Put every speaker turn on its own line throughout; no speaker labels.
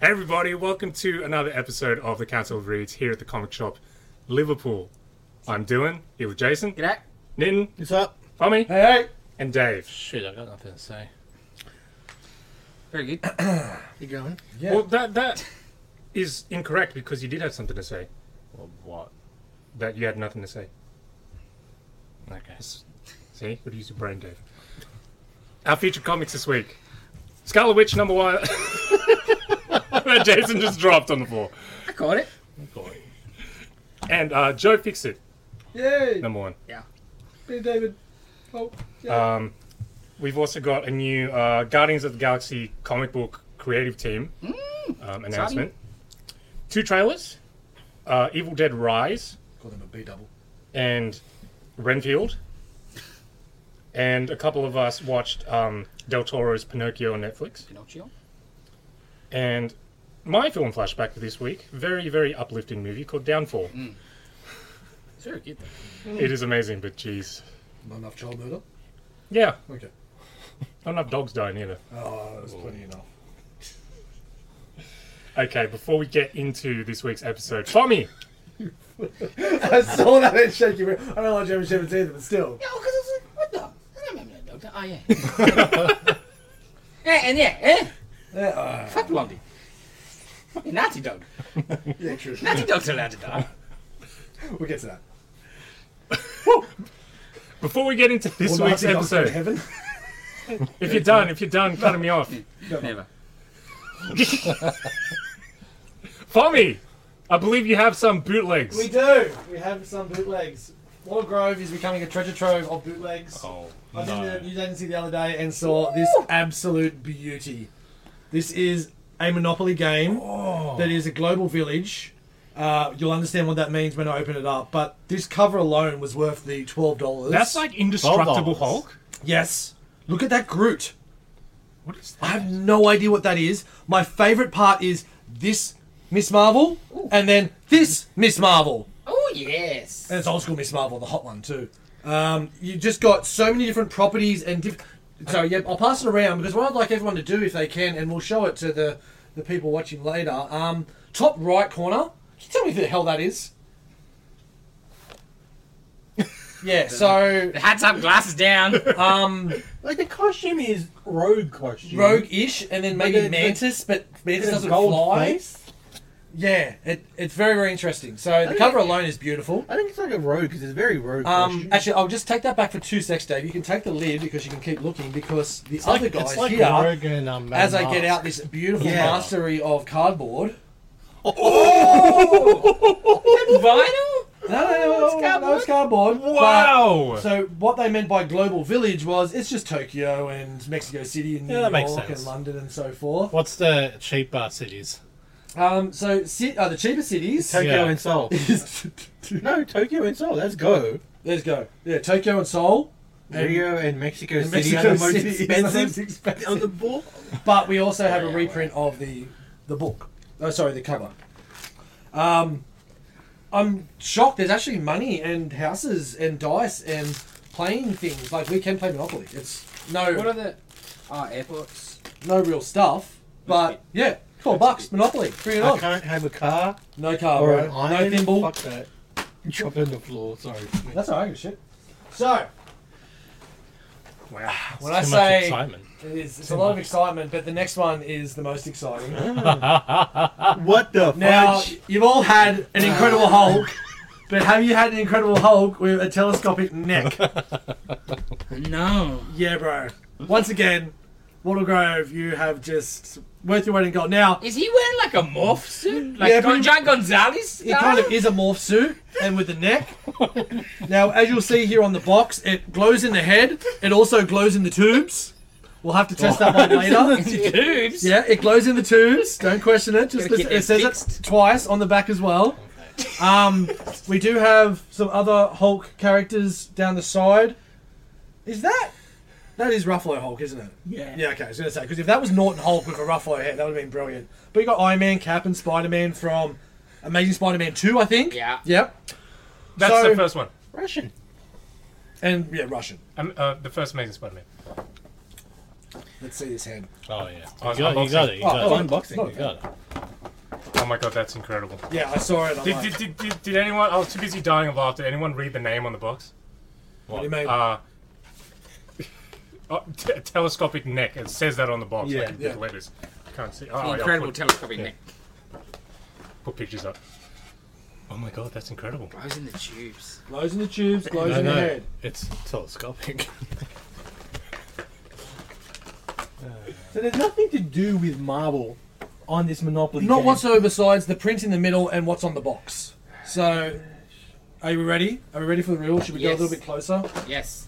Hey everybody, welcome to another episode of the Council of Reads here at the Comic Shop, Liverpool. I'm Dylan, here with Jason,
G'day.
Nitin,
What's up?
Tommy,
Hey, hey.
and Dave.
Shit, I got nothing to say. Very good.
You going?
Well, that that is incorrect because you did have something to say
well, what?
that you had nothing to say.
Okay.
See, would use your brain, Dave. Our featured comics this week: Scarlet Witch number one. that Jason just dropped on the floor,
I caught it.
and uh, Joe Fixit
Yay!
number one.
Hey, David. Oh,
Um, we've also got a new uh, Guardians of the Galaxy comic book creative team um, announcement. Two trailers uh, Evil Dead Rise
call them a B double.
and Renfield. And a couple of us watched um, Del Toro's Pinocchio on Netflix.
Pinocchio.
And my film flashback for this week very, very uplifting movie called Downfall.
It's very good. Though.
It is amazing, but geez.
Not enough child murder.
Yeah,
Okay.
not enough dogs dying either.
Oh, there's plenty enough.
Okay, before we get into this week's episode, Tommy!
I saw that and shake your. I don't like German Shepherds either, but still.
No, because it's like, what the? I don't remember that dog. Oh, yeah. yeah, and yeah, eh?
Yeah, uh,
Fuck Blondie. Fucking Nazi dog.
yeah, true.
Nazi dogs are allowed to die.
We'll get to that.
Before we get into this
All
week's
Nazi dogs go to
episode,
Heaven.
if you're done, if you're done cutting me off,
Never.
Tommy, I believe you have some bootlegs.
We do. We have some bootlegs. Wargrove is becoming a treasure trove of bootlegs.
Oh,
I was in the news agency the other day and saw this absolute beauty. This is a Monopoly game
Oh.
that is a global village. Uh, you'll understand what that means when I open it up. But this cover alone was worth the twelve dollars.
that's like indestructible
$12.
Hulk.
yes. Look at that Groot.
What is
I
that?
have no idea what that is. My favorite part is this Miss Marvel and then this Miss Marvel.
Oh, yes.
And it's old school Miss Marvel, the hot one too. Um, you just got so many different properties and diff- so yeah. I'll pass it around because what I'd like everyone to do, if they can, and we'll show it to the the people watching later. Um, top right corner. Can you tell me who the hell that is? Yeah. So
The hat's up, glasses down.
um,
Like the costume is rogue costume.
rogue-ish, and then maybe
But the-
Mantis, but Mantis
It's
doesn't
a gold
fly.
face.
Yeah, it, it's very very interesting. So the
Okay.
cover alone is beautiful.
I think it's like a rogue because it's very rogue
Um,
costume.
actually, I'll just take that back for two secs, Dave. You can take the lid because you can keep looking because the
it's
other
like,
guys
it's like
here,
rogue and um, Mad
uh, as I
Max.
get out this beautiful
Yeah.
mastery of cardboard.
Vinyl?
No, no, no, no, no, no, it's cardboard. but-
Wow!
so what they meant by global village was it's just Tokyo and Mexico City and New
Yeah, that makes
York and
sense.
London and so forth.
What's the cheaper cities?
Um, so ci- uh, the cheaper cities.
Tokyo
Yeah.
and Seoul.
is-
No, Tokyo and Seoul. Let's go.
Let's go. Yeah, Tokyo and Seoul. And-
Rio and Mexico
and
City
Mexico
are the most
City is the most
expensive
expensive. Uh,
on the board.
But we also have a
Yeah,
reprint of the the book. Oh, sorry, the cover. Um, I'm shocked. There's actually money and houses and dice and playing things. Like we can play Monopoly. It's
What
no
are the. Oh, airports.
no real stuff. But yeah, four bucks Monopoly. Bring it
I
on.
can't have a car
No car,
or
bro.
an
No
iron.
thimble.
Fuck that. Drop it on the floor. Sorry.
That's all right. give a Shit. So
Wow.
when
Too
I
much
say
excitement.
it is, it's a lot of excitement, but the next one is the most exciting.
What the
Now
fudge?
you've all had an Incredible Hulk, but have you had an Incredible Hulk with a telescopic neck?
No.
yeah, bro. Once again, Wattle Grove, you have just worth your weight in gold. Now
Is he wearing like a morph suit? Like
Yeah,
Don
pretty
John Gonzalez?
it
style?
kind of is a morph suit and with the neck. now, as you'll see here on the box, it glows in the head. It also glows in the tubes. We'll have to test that one later.
Dudes.
Yeah, it glows in the tubes. Don't question it.
Gotta
Just listen-
keep it
it says
fixed.
it twice on the back as well. Um, we do have some other Hulk characters down the side. Is that? That is Ruffalo Hulk, isn't it?
Yeah.
Yeah, okay. I was gonna say because if that was Norton Hulk with a Ruffalo head, that would have been brilliant. But you got Iron Man, Cap, and Spider Man from Amazing Spider Man Two, I think.
Yeah.
Yep.
That's
So-
the first one.
Russian.
And yeah, Russian.
Um, uh, the first Amazing Spider Man.
Let's see this head.
Oh yeah,
Oh,
you got, you got it. You
Oh,
got
Oh,
it.
unboxing.
You got it.
Oh my god, that's incredible.
Yeah, I saw it. I'm
Did,
like,
did, did, did, did anyone? I was too busy dying of laughter. Did anyone read the name on the box?
what do you mean?
Uh, oh, t- telescopic neck. It says that on the box.
Yeah,
like, yeah.
yeah.
The letters. I can't see. Oh, yeah, I'll
Incredible
put,
telescopic neck.
put pictures up. Oh my god, that's incredible.
I was in the tubes.
glows in the tubes, glows
No,
in the
no,
head.
it's telescopic.
So there's nothing to do with Marvel on this Monopoly.
Not
game.
whatsoever besides the print in the middle and what's on the box. So, are you ready? Are we ready for the riddle? Should we go
Yes.
a little bit closer?
Yes.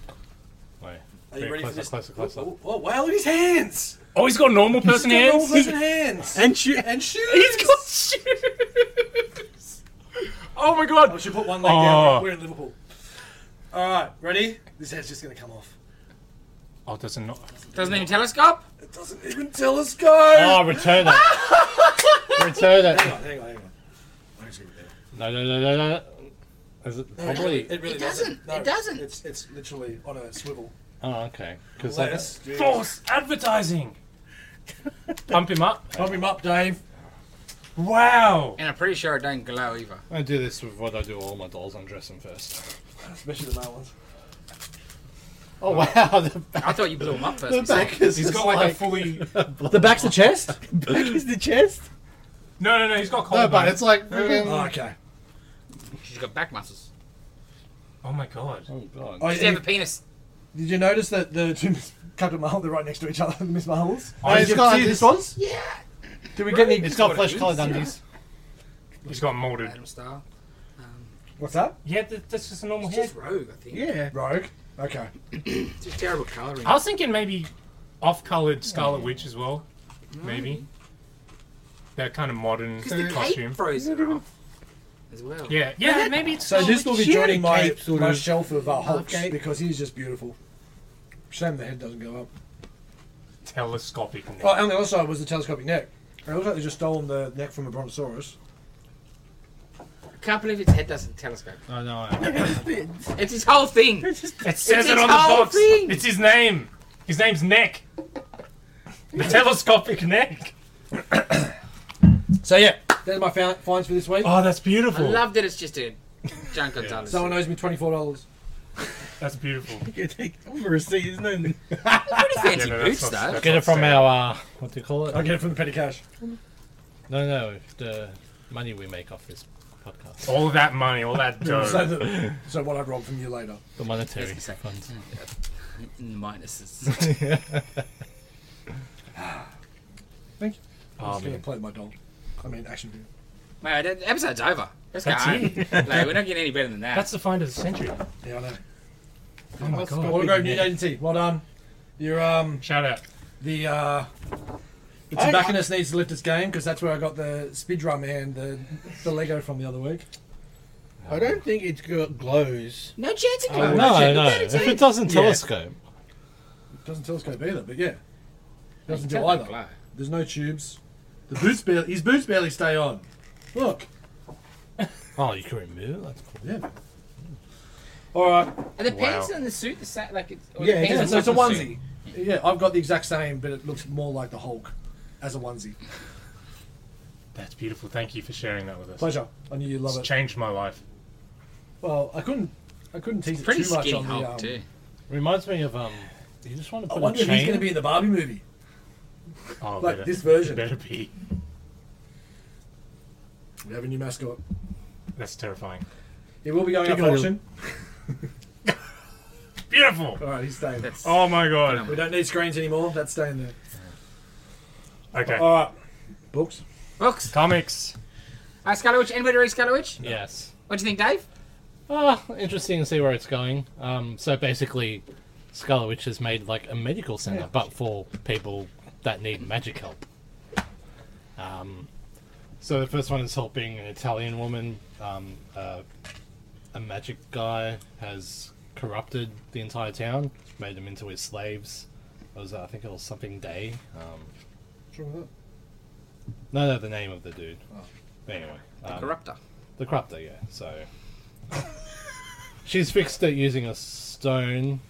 Wait.
Are you
Wait,
ready
closer,
for this?
closer, closer.
Oh, oh, wow, look at his hands!
Oh, he's got normal person
He's got all
hands.
person hands!
And shoot.
and shoes!
he's got shoes. Oh my
I
god.
should put one leg
Oh.
down. We're in Liverpool. Alright, ready? This head's just gonna come off.
Oh, does it not?
Doesn't even telescope?
It doesn't even tell us go!
Oh, return it. return
Hang
it.
on, hang on, hang on.
No, no, no, no, no. Is it probably?
It really
It doesn't, it doesn't.
It's, it's literally on a swivel.
Oh, okay. Because
Let us
False advertising. Pump him up.
pump him up, Dave.
Wow.
And I'm pretty sure it don't glow either.
I do this with what I do with all my dolls. Undress them first.
Especially the male ones.
Oh wow, the
I thought you blew them up first.
The
you said.
back is
He's got like, a fully.
The back's the chest?
Back is the chest.
No, no, no. He's got cold.
no, but it's like
Mm.
oh,
freaking.
okay.
She's got back muscles.
Oh my god.
Oh god.
Oh,
Does she have a
you-
penis?
did you notice that the two Miss Captain Marvel, they're right next to each other, the Miss Marvels?
Oh, he's
Did you
got
see
this-
this ones? Yeah. Did we get any?
It's got flesh coloured undies.
He's got molded.
Adam style.
What's that?
Yeah, that- that's just a normal
It's
head.
just rogue, I think.
Yeah.
Rogue. Okay.
It's just terrible colouring.
I was thinking maybe off-colored Scarlet Witch as well, maybe. That kind of modern
Because the
costume.
cape froze her off as well.
Yeah, yeah, maybe it's.
So this will be
she had
joining
a
my,
cape, sort
my
of.
shelf of uh, Hulk
cape.
because he's just beautiful. Shame the head doesn't go up.
telescopic. neck.
Oh, and the other side was the telescopic neck. It looks like they just stolen the neck from a brontosaurus.
I can't believe its head doesn't telescope.
No, no. I-
It's his whole thing.
it says
it's
it on the
whole
box.
thing.
It's his name. His name's Neck. The telescopic neck.
So yeah, there's my fa- finds for this week.
Oh, that's
I
beautiful.
love that it's just a John Gonzalez.
Someone owes me twenty four dollars.
that's beautiful.
You take I'm gonna see his name.
pretty fancy
Yeah, no, that's
boots
not-
though.
that's-
Get it from our uh, what do you call
I
it?
get it from the petty cash.
No, no. The money we make off this podcast,
All that money, all that
So,
dough.
the, so what I robbed from you later.
the monetary
Yes, exactly.
funds.
Minuses.
I'm
Oh,
just gonna
man.
play my doll. I mean action figure.
Mate, the the episode's over. Let's go
That's
home.
it.
Like, we're not getting any better than that.
That's the find of the century.
Yeah, I know.
Oh my god.
Autograph New Agency. Well done. Your um
Shout out.
the uh the
I-
tobacconist needs to lift its game because that's where I got the speed drum and the the Lego from the other week.
I don't think it got glows.
no chance of
No,
going.
no. If it doesn't
Yeah.
telescope,
Doesn't telescope either, but yeah, doesn't do either. There's no tubes. The boots barely, his boots barely stay on. Look.
oh, you can remove it. That's cool.
Yeah. All right.
Are the pants
Wow.
and the suit the same? Like it's, or
Yeah,
the
it
pants
is.
Yeah,
and
so it's a
the
onesie. Yeah, I've got the exact same, but it looks more like the Hulk as a onesie.
That's beautiful. Thank you for sharing that with us.
Pleasure. I knew you'd love
It's
it.
changed my life.
Well, I couldn't. I couldn't tease
suit?
it
Pretty
too much
skinny
on
Hulk
the. Um,
too.
Reminds me of um. You just want to
I
put
wonder
a
if he's
chain.
going to be in the Barbie movie.
Oh,
Like
better-
this version.
Better be.
We have a new mascot.
That's terrifying.
He will be going up
Keep
for
going.
auction.
Beautiful.
All right, he's staying.
That's
Oh my god.
We don't need screens anymore. That's staying there.
Okay.
All right. Books.
books.
Comics.
Uh, Scarlet Witch. Anybody read Scarlet Witch?
Yes.
What do you think, Dave?
Ah, interesting to see where it's going. Um, so basically, Scarlet Witch has made like a medical center, but for people that need magic help. Um, so the first one is helping an Italian woman. Um, uh, a magic guy has corrupted the entire town, made them into his slaves. It was, uh, I think it was something Day. Um,
What's wrong with that?
no, no, the name of the dude. Anyway, um,
Corruptor.
the corruptor, yeah. So she's fixed it using a stone,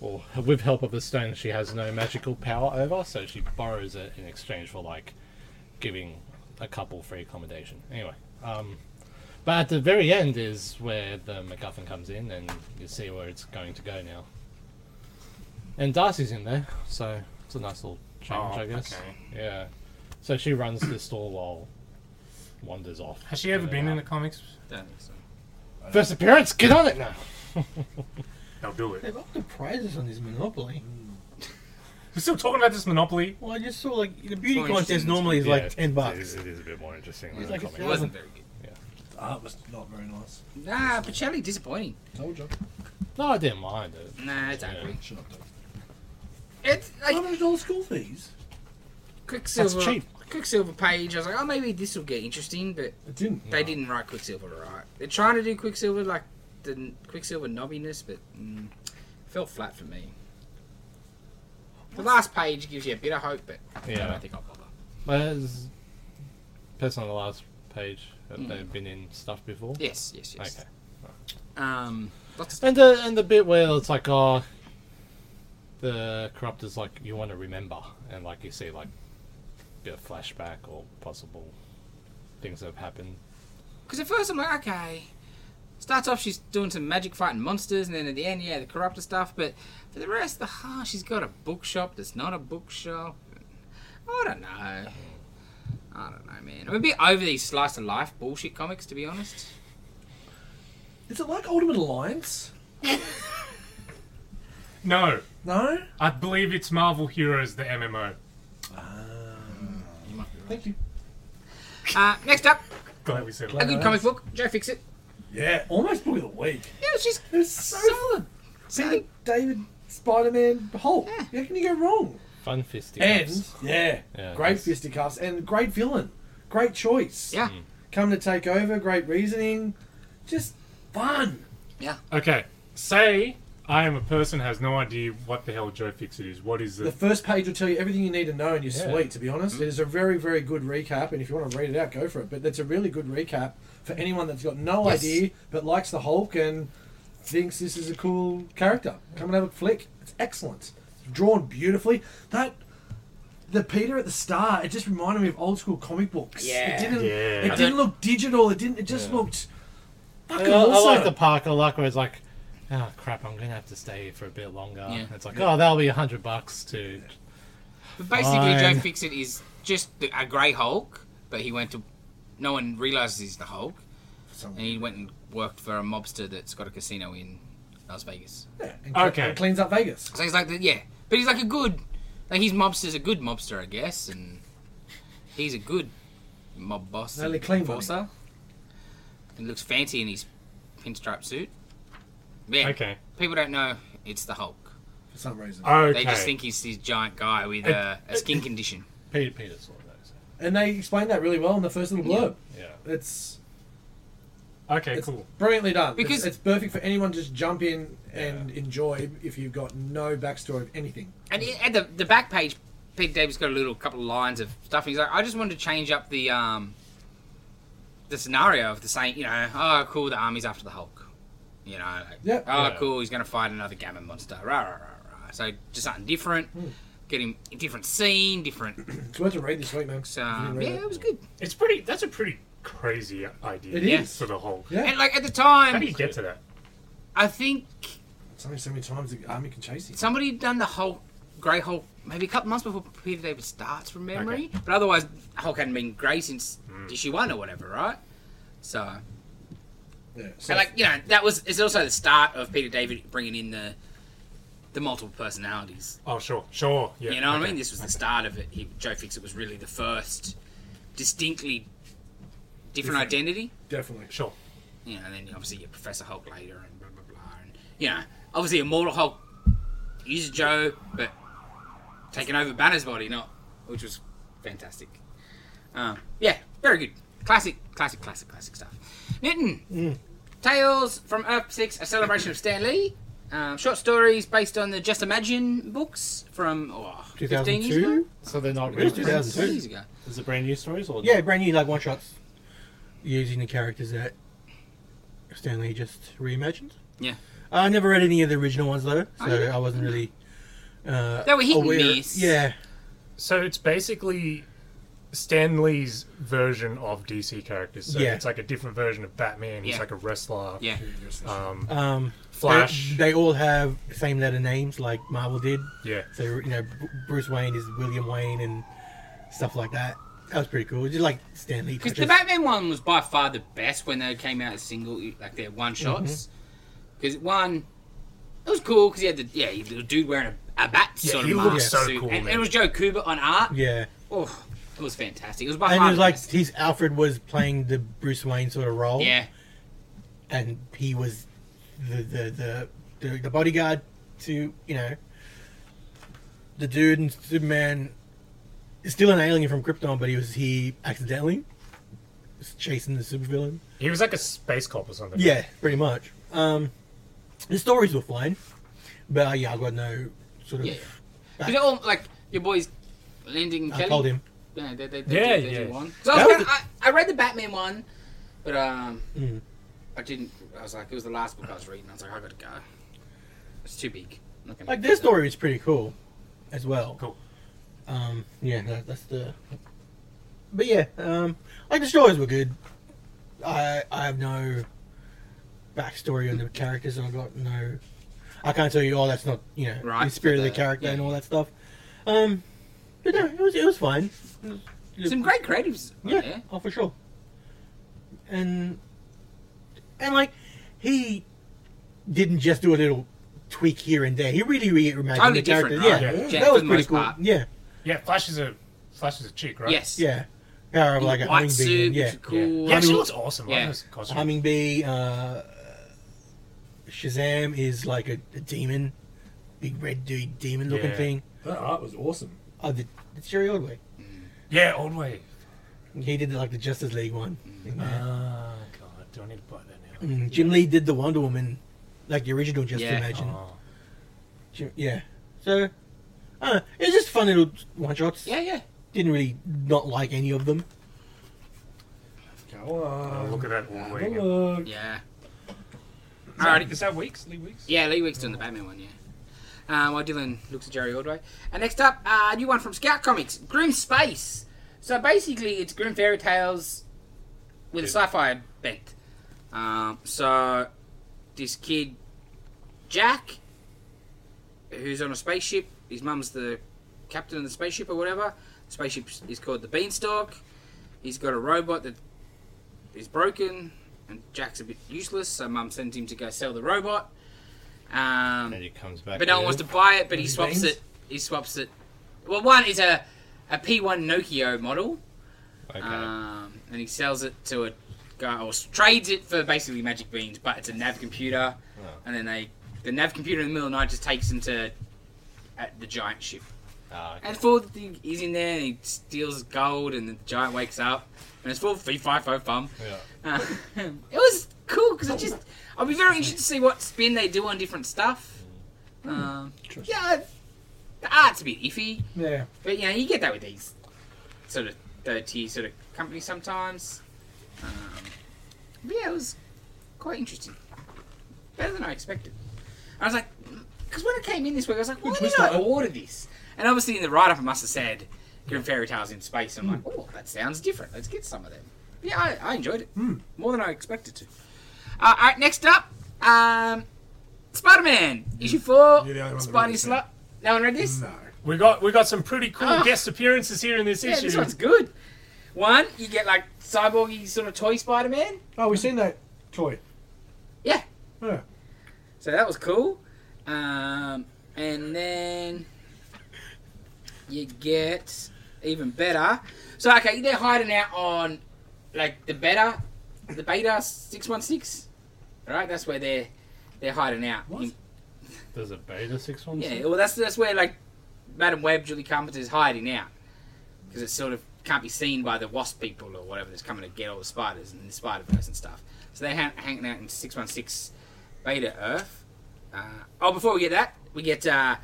or with help of a stone, she has no magical power over. So she borrows it in exchange for like giving a couple free accommodation. Anyway, um, but at the very end is where the MacGuffin comes in, and you see where it's going to go now. And Darcy's in there, so it's a nice little change,
Oh,
I guess.
okay.
Yeah. So she runs the store while wanders off.
Has she ever been in the comics?
Don't think so.
first appearance? Get on it now.
They'll do it.
They've upped the prizes on this Monopoly.
We're still talking about this Monopoly.
Well, I just saw like the beauty
Well,
contest
it's-
normally is
Yeah,
like ten
It is,
bucks.
it is a bit more interesting.
It's
than
like
the
a
It
comic.
wasn't very good.
The art was not very nice.
Nah, Pacelli, disappointing.
Told you.
No, I didn't mind it.
Nah, it's angry.
Should not do.
It's like
Hundred dollars school fees.
Quicksilver.
cheap.
Quicksilver page. I was like, oh, maybe this will get interesting, but
It didn't.
they didn't write Quicksilver right. They're trying to do Quicksilver like the n- Quicksilver knobbiness, but mm, felt flat for me. The last page gives you a bit of hope, but I
Yeah.
don't think I'll bother.
But it's person on the last page that
Hmm.
they've been in stuff before.
Yes, yes, yes.
Okay.
Um, lots of stuff.
And the and the bit where it's like, oh, the corruptor's like, you want to remember, and like you see like a bit of flashback or possible things that have happened.
Because at first I'm like, okay. Starts off, she's doing some magic fighting monsters, and then at the end, yeah, the corruptor stuff. But for the rest, the ha, she's got a bookshop that's not a bookshop. I don't know. I don't know, man. I'm a bit over these slice of life bullshit comics, to be honest.
Is it like Ultimate Alliance?
No,
No.
I believe it's Marvel Heroes, the MMO.
Thank you.
Uh, next up,
Glad we said
a
it.
good comic book. Joe Fix It.
Yeah, almost book of the week.
Yeah, it's just
It's so
solid.
Peter David Spider-Man Hulk. How can you go wrong?
Fun fisty.
And yeah,
Yeah,
great
that's-
fisticuffs and great villain, great choice.
Yeah.
come to take over. Great reasoning, just fun.
Okay, say I am a person who has no idea what the hell Joe Fixit is. What is
The
the?
first page will tell you everything you need to know, and you're
Yeah.
sweet. To be honest,
Mm.
it is a very, very good recap. And if you want to read it out, go for it. But it's a really good recap for anyone that's got no
Yes.
idea but likes the Hulk and thinks this is a cool character. Come and have a flick. It's excellent. It's drawn beautifully. That. The Peter at the start, it just reminded me of old school comic books.
Yeah.
It didn't
Yeah.
it didn't look digital, it didn't it just looked
I,
fucking
I
awesome.
like the park. I like where it's like, oh crap, I'm gonna have to stay here for a bit longer.
Yeah.
It's like, oh, that'll be a hundred bucks to.
But basically, Joe
Fine.
Fix It is just the, a Grey Hulk, but he went to. No one realizes he's the Hulk.
Some-
And he went and worked for a mobster that's got a casino in Las Vegas.
Yeah, and
Okay.
and cleans up Vegas.
So he's like, the, yeah, but he's like a good, like his mobster's a good mobster, I guess, and he's a good mob boss.
Really
and
clean
enforcer. He looks fancy in his pinstripe suit. Yeah,
Okay,
people don't know it's the Hulk.
For some reason.
okay.
They just think he's this giant guy with a, a skin condition.
Peter Peter saw those.
And they explain that really well in the first little blurb.
Yeah.
It's
okay,
it's
cool.
brilliantly done. Because
Because-
it's, it's perfect for anyone to just jump in and enjoy if you've got no backstory of anything.
And i- at the, the back page, Pete Davis got a little couple of lines of stuff. He's like, I just wanted to change up the um, the scenario of the same, you know, oh, cool, the army's after the Hulk. You know, like,
Yep.
oh,
Yeah.
cool, he's going to fight another Gammon monster. Rah, rah, rah, rah. So just something different.
Hmm.
Get him a different scene, different.
It's worth a read this week, man. If
So,
you didn't read
yeah, it was good.
It's pretty. That's a pretty crazy idea.
It is.
for the Hulk.
Yeah.
And like at the
How do
time,
you get to that?
I think
It's only so many times the army can chase you.
somebody had done the Hulk, Grey Hulk, maybe a couple months before Peter David starts from memory. But otherwise, Hulk hadn't been Grey since
Hmm.
issue one or whatever, right? So,
Yeah. So
and like you know, that was it's also the start of Peter David bringing in the the multiple personalities.
Oh, sure, sure. Yeah,
you know what I
okay.
mean? This was the start of it. He, Joe Fixit was really the first distinctly different,
Different.
identity.
definitely.
Sure.
You know, and then obviously you get Professor Hulk later and blah blah blah. And you know, obviously Immortal Hulk is Joe, but taking over Banner's body, not which was fantastic. Um, yeah, very good. Classic, classic, classic, classic stuff. Newton, Tales from Earth Six: A Celebration of Stan Lee. Um, short stories based on the Just Imagine books from oh, 15 years ago.
2002?
So they're not
It was
really.
2002.
Years ago.
Is it brand new stories or
Yeah, brand new like one shots using the characters that Stanley just reimagined.
Yeah.
I never read any of the original ones though, so
Oh, yeah.
I wasn't really. Uh,
They were hit and
aware-
miss.
Yeah,
So it's basically Stanley's version of DC characters. So
Yeah.
it's like a different version of Batman. He's
Yeah.
like a wrestler.
Yeah.
Um,
Um,
Flash.
They, they all have same letter names like Marvel did.
yeah.
So you know, Bru- Bruce Wayne is William Wayne and stuff like that. That was pretty cool. Just like Stanley.
Because the Batman one was by far the best when they came out as single, like their one
Mm-hmm.
shots. Because one, it was cool because he had the yeah, he, the dude wearing a, a bat
Yeah,
sort
he
of
looked
mask
so
suit,
cool,
and, and
man.
it was Joe Kubert on art.
Yeah.
Oh, it was fantastic. It was by
And it
far
was
the
like
best.
his Alfred was playing the Bruce Wayne sort of role.
yeah,
And he was the the the, the, the bodyguard to you know the dude and Superman is still an alien from Krypton, but he was he accidentally was chasing the supervillain.
He was like a space cop or something.
Yeah, pretty much. Um, the stories were fine, but uh, yeah, I got no sort of.
Yeah. because all like your boys, Landing and
I
Kelly.
told him.
Yeah, they, they, they
Yeah,
did, they did
yeah.
one. 'Cause I,
That
was
was
kinda, I, I read the Batman one, but um,
Mm.
I didn't. I was like, it was the last book I was reading. I was like, I gotta go. It's too big. I'm not gonna
Like
do
their
that.
story was pretty cool, as well.
Cool.
Um, yeah, that, that's the. But yeah, um, like the stories were good. I I have no backstory on the characters. and I got no. I can't tell you. Oh, that's not you know
Right,
the spirit of the
the-
character
yeah.
and all that stuff. Um, but no, it was it was fine.
Some great creatives. on
Yeah,
there.
oh for sure. And and like he didn't just do a little tweak here and there. He really reimagined
Totally
the character.
different,
Yeah,
right?
Yeah.
Yeah,
that
for
was
the
pretty
most
cool.
part.
Yeah,
Yeah. Flash is a Flash is a chick, right?
Yes.
yeah. Power of like a
White
hummingbee.
suit,
and- Yeah,
which is
Yeah.
cool.
Yeah, she looks awesome.
Yeah.
Yeah. Right? Costume.
hummingbee. Uh, Shazam is like a, a demon, big red dude, demon looking
Yeah.
thing.
That art was awesome.
Oh, the, the Jerry Ordway.
yeah. Old way.
He did like the Justice League one. Uh,
Ah, God. Do I need to buy that now?
Mm, Jim Lee did the Wonder Woman, like the original Just
Yeah.
Imagine.
Oh.
Ju- Yeah. So, I don't know. It was just fun little one shots.
Yeah, yeah.
Didn't really not like any of them.
Go on.
I'll Oh, look at that all
Have
week.
a look.
Yeah.
Is
Alrighty.
that weeks? Lee weeks?
Yeah, Lee Weeks doing the Batman one, yeah. Um, while Dylan looks at Jerry Ordway. And next up, uh, a new one from Scout Comics, Grim Space. So basically, it's Grim Fairy Tales with a
Yeah.
sci-fi bent. Um, so this kid, Jack, who's on a spaceship. His mum's the captain of the spaceship or whatever. The spaceship is called the Beanstalk. He's got a robot that is broken, and Jack's a bit useless. So mum sends him to go sell the robot. Um,
And it comes back.
but no one wants to buy it. But he swaps
Beans?
it. He swaps it. Well, one is a a P1 Nokia model,
Okay.
um, and he sells it to a guy or s- trades it for basically magic beans. But it's a nav computer,
Oh.
and then they the nav computer in the middle of the night just takes him to uh the giant ship.
Ah, okay.
And Ford he's in there and he steals gold, and the giant wakes up, and it's full fee fi fo fum.
Yeah.
Uh, it was cool because it just. I'll be very interested to see what spin they do on different stuff.
Mm.
Um, yeah, the art's a bit iffy,
Yeah.
but you know you get that with these sort of third tier sort of companies sometimes. Um, but yeah, it was quite interesting, better than I expected. I was like, because when it came in this week, I was like, why did
"Oh."
I order this? And obviously in the write-up, I must have said Grim Fairy Tales in Space. I'm like, oh, that sounds different. Let's get some of them. Yeah, I, I enjoyed it
Hmm.
more than I expected to. Uh, all right, next up, um, Spider-Man issue four.
Hmm. You're the only one that read
Spidey
this, eh?
slot. No one read this.
No.
We got we got some pretty cool
Ah.
guest appearances here in this
yeah,
issue.
this one's good. One, you get like cyborgy sort of toy Spider-Man.
Oh, we've seen that toy.
Yeah.
Yeah.
So that was cool. Um, and then you get even better. So okay, they're hiding out on like the beta, the beta six one six. Right, that's where they're they're hiding out.
What?
In-
There's a beta six one.
yeah, well that's that's where like Madam Web, Julie Carpenter is hiding out because it sort of can't be seen by the wasp people or whatever that's coming to get all the spiders and the Spider Verse and stuff. So they're hang- hanging out in six one six Beta Earth. Uh, oh, before we get that, we get uh,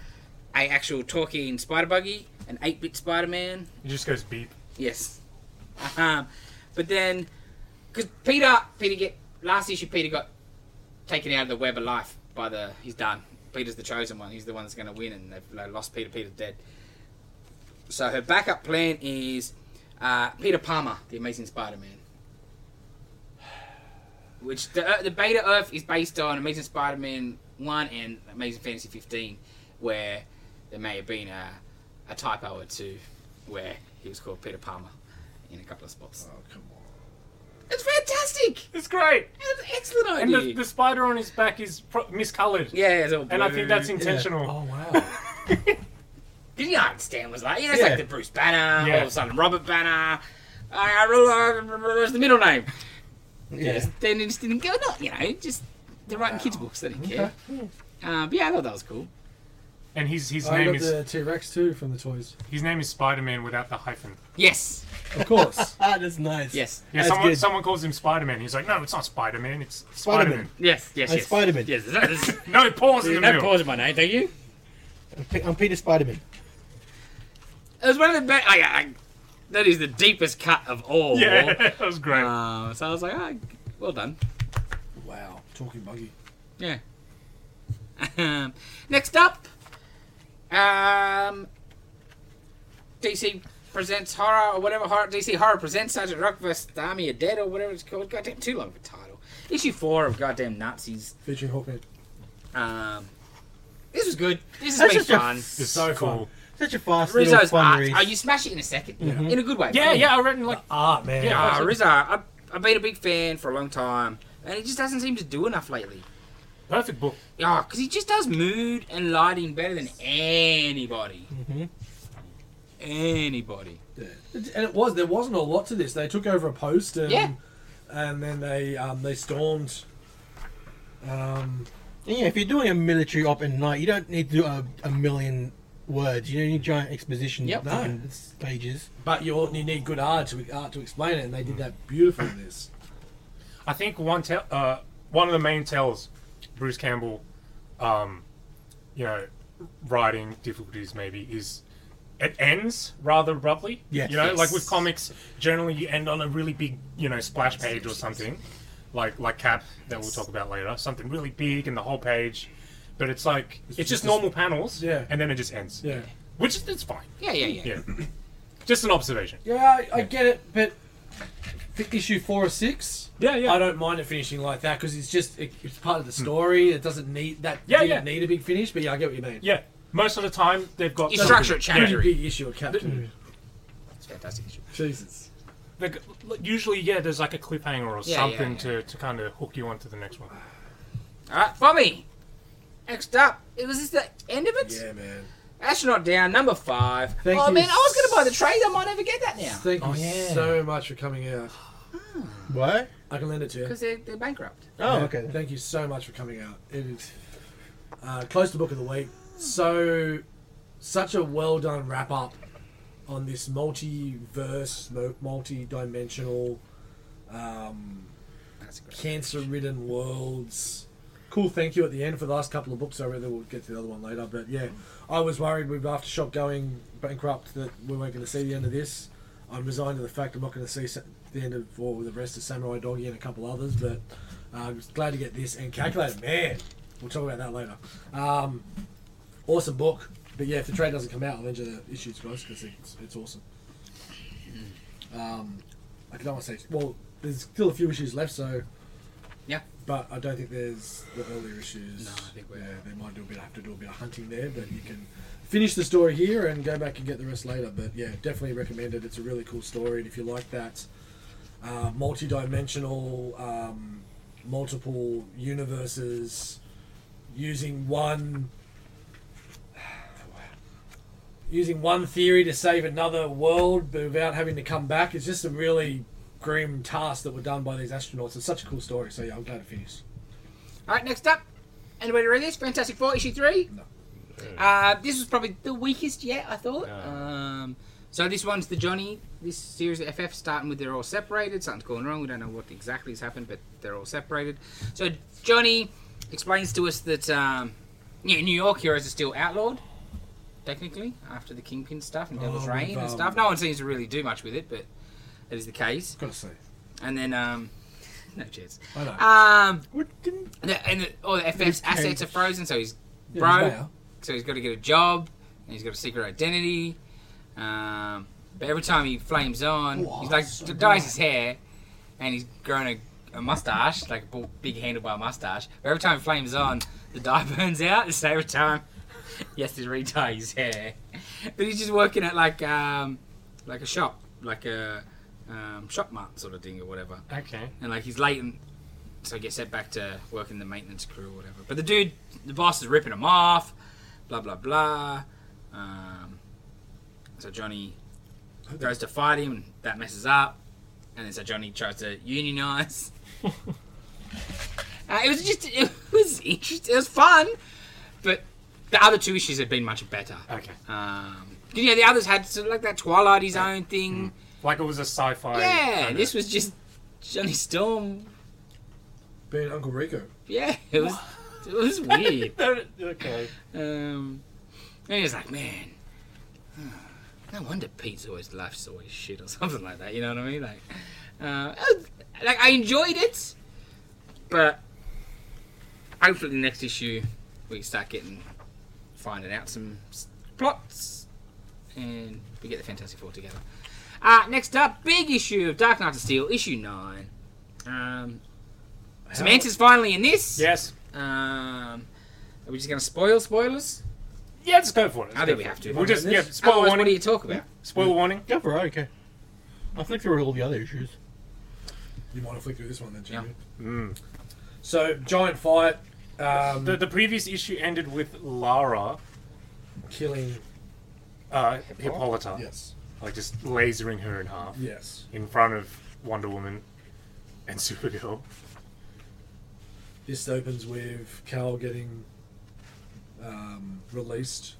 a actual talking Spider Buggy, an eight bit Spider Man.
It just goes beep.
Yes. Um, but then, because Peter, Peter get last issue, Peter got taken out of the web of life by the. He's done. Peter's the chosen one. He's the one that's going to win, and they've like, lost Peter. Peter's dead. So her backup plan is Uh, Peter Palmer, The Amazing Spider-Man. Which the, uh, the Beta Earth is based on Amazing Spider-Man one and Amazing Fantasy fifteen, where there may have been a, a typo or two, where he was called Peter Palmer in a couple of spots.
Oh, come on.
It's fantastic.
It's great.
It's an excellent
And
idea.
the, the spider on his back is pro- miscolored.
yeah, it's all
And I think that's
blue.
intentional.
Oh wow.
Did you understand? Was like, yeah, it's
Yeah.
like the Bruce Banner,
Yeah.
all of a sudden Robert Banner. I, I realized it's the middle name.
yeah.
Then it just didn't go. Not you know, just they're writing kids books. They didn't care. Uh, but yeah, I thought that was cool.
And his his
I
name
got
is
the T Rex too from the toys.
his name is Spider Man without the hyphen.
Yes,
Of course.
Ah, that's nice.
yes,
Yeah,
That's
someone
good.
someone calls him Spider Man. He's like, no, it's not Spider Man. It's Spider
Spider-Man.
Man.
yes, yes,
Hey,
yes.
Spider-Man.
Yes, that is,
No pause in the
no
middle.
pause in my name. Thank you.
I'm Pe- I'm Peter Spiderman.
It was one of the best. I, I, that is the deepest cut of all.
Yeah, that was great.
Uh, so I was like, ah, well done.
wow. Talking buggy.
Yeah. Um, next up, um, DC presents horror or whatever horror DC horror presents Sergeant Rock versus the Army of Dead or whatever it's called. Goddamn, too long of a title. Issue four of goddamn Nazis.
Featuring Hawkman.
Um, this was good. This has
That's
been
just a-
fun.
it's
so
cool.
Such a fast little
Rizzo's
fun
art.
read. Mm-hmm.
Oh, you smash it in a second in a good way.
Yeah, yeah, I read like
Art, man.
Yeah.
Ah, Rizzo, I, I've been a big fan for a long time, and he just doesn't seem to do enough lately.
perfect book.
Yeah, because he just does mood and lighting better than anybody. Anybody.
And it was there wasn't a lot to this. They took over a post and
Yeah.
and then they um, they stormed. Um,
Yeah, if you're doing a military op at night, you don't need to do a, a million words. You don't need giant exposition
Yep. Mm-hmm.
fucking pages.
but you all- you need good art to art to explain it, and they did that beautifully in this.
I think one tell uh, one of the main tells Bruce Campbell, um, you know, writing difficulties maybe is it ends rather abruptly.
Yes.
you know, like
Yes.
with comics, generally you end on a really big, you know, splash page or something, like like Cap that we'll talk about later, something really big and the whole page. But it's like it's, just,
just-
normal panels,
Yeah.
and then it just ends.
Yeah,
which is it's fine.
Yeah, yeah, yeah.
Yeah, just an observation.
yeah, I, I get it, but f- issue four or six,
Yeah, yeah.
I don't mind it finishing like that because it's just it, it's part of
Hmm.
the story. It doesn't need that.
Yeah,
didn't
yeah.
Need a big finish, but yeah, I get what you mean.
yeah, most of the time they've got
You structure it,
Yeah.
Pretty big issue of Captain.
It's fantastic.
Jesus.
Like, like, usually, yeah, there's like a cliffhanger or
Yeah,
something
yeah,
to, to kind of hook you onto the next one.
Alright, Bobby. Next up, it was this the end of it?
man.
Astronaut Down, number five.
Thank
oh
you.
man, I was gonna buy the trade, I might never get that now.
Thank you
yeah.
so much for coming out.
What?
I can lend it to you.
Because they're, they're bankrupt.
Oh,
Yeah,
okay.
Thank you so much for coming out. It is uh, close to book of the week. So, such a well done wrap up on this multi-verse, mo- multi-dimensional, um,
That's great.
cancer-ridden worlds. Cool. Thank you at the end for the last couple of books. I really will get to the other one later, but yeah, I was worried with aftershock going bankrupt that we weren't going to see the end of this. I'm resigned to the fact I'm not going to see sa- the end of or the rest of Samurai Doggy and a couple others, but uh, I was glad to get this and Calculated Man. We'll talk about that later. Um, awesome book, but yeah, if the trade doesn't come out, I'll lend you the issues, guys, because it's, it's awesome. Um, I can almost say, well, there's still a few issues left, so
Yeah.
but I don't think there's the earlier issues.
No, I think we're-
yeah, they might do a bit have to do a bit of hunting there, but you can finish the story here and go back and get the rest later. But yeah, definitely recommend it. It's a really cool story, and if you like that uh, multi-dimensional, um, multiple universes, using one. Using one theory to save another world, but without having to come back, it's just a really grim tasks that were done by these astronauts. It's such a cool story. So yeah, I'm glad it finished.
Alright, next up. Anybody read this? Fantastic Four, issue three?
No.
Uh, this was probably the weakest yet, I thought.
No.
Um, so this one's the Johnny. This series of FF starting with they're all separated. Something's going wrong. We don't know what exactly has happened, but they're all separated. So Johnny explains to us that um, yeah, New York heroes are still outlawed, technically, after the Kingpin stuff and Devil's
Oh,
Reign
wow.
and stuff. No one seems to really do much with it, but that is the case.
Gotta say,
And then um, no chance.
I know.
Um,
What didn't?
and the, and the, all the FF's assets are frozen, so he's
Yeah,
bro.
he's mayor.
So he's got to get a job, and he's got a secret identity. Um, But every time he flames on, he's like d- dyes his hair, and he's grown a, a mustache, like a bu- big handlebar mustache. But every time he flames on, the dye burns out. And so every time, he has to re-dye his hair. But he's just working at like um, like a shop, like a um, shop mart sort of thing or whatever.
Okay.
And like he's late, and so he gets sent back to working the maintenance crew or whatever. But the dude, the boss is ripping him off, blah blah blah. Um, so Johnny goes to fight him, and that messes up, and then so Johnny tries to unionize. uh, it was just, it was interesting, it was fun, but the other two issues have been much better.
Okay.
Um, 'cause, yeah, the others had sort of like that Twilight his own thing.
Like it was a sci-fi.
Yeah,
kinda-
this was just Johnny Storm.
Being Uncle Rico.
Yeah, it was it was weird.
okay.
Um, and he's like, man, no wonder Pete's always life's always shit or something like that. You know what I mean? Like, uh, it was- like I enjoyed it, but hopefully next issue we start getting finding out some s- plots and we get the Fantastic Four together. Uh, next up, big issue of Dark Knight of Steel, issue nine. Um, Samantha's finally in this.
Yes.
Um, are we just going to spoil spoilers?
Yeah, let's go for it. Let's
I think
go
we
for
have
it.
to.
We'll just yeah.
Otherwise,
Spoiler
Otherwise,
warning.
what do you Mm. talk about?
Spoiler warning.
Go for it, okay. I flicked through all the other issues.
You might have flicked through this one then, Jimmy.
Mm.
So, giant fight, um,
The, the previous issue ended with Lara,
killing.
uh, Hippolyta,
Yes.
like just lasering her in half
Yes.
in front of Wonder Woman and Supergirl.
This opens with Cal getting um, released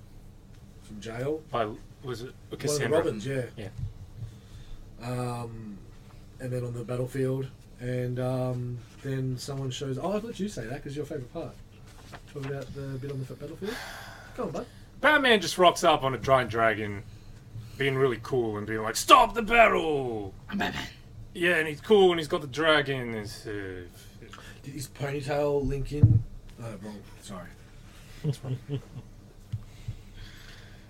from jail.
By was it
One
Cassandra?
of the Robins, yeah.
Yeah.
Um, and then on the battlefield, and um, then someone shows. Oh, I've let you say that because your favourite part. Talk about the bit on the battlefield. Go on, bud.
Batman just rocks up on a giant dragon, being really cool and being like, "Stop the battle!"
I'm Batman.
Yeah, and he's cool and he's got the dragon. It's, uh,
Did his ponytail link in? Oh, wrong. Sorry.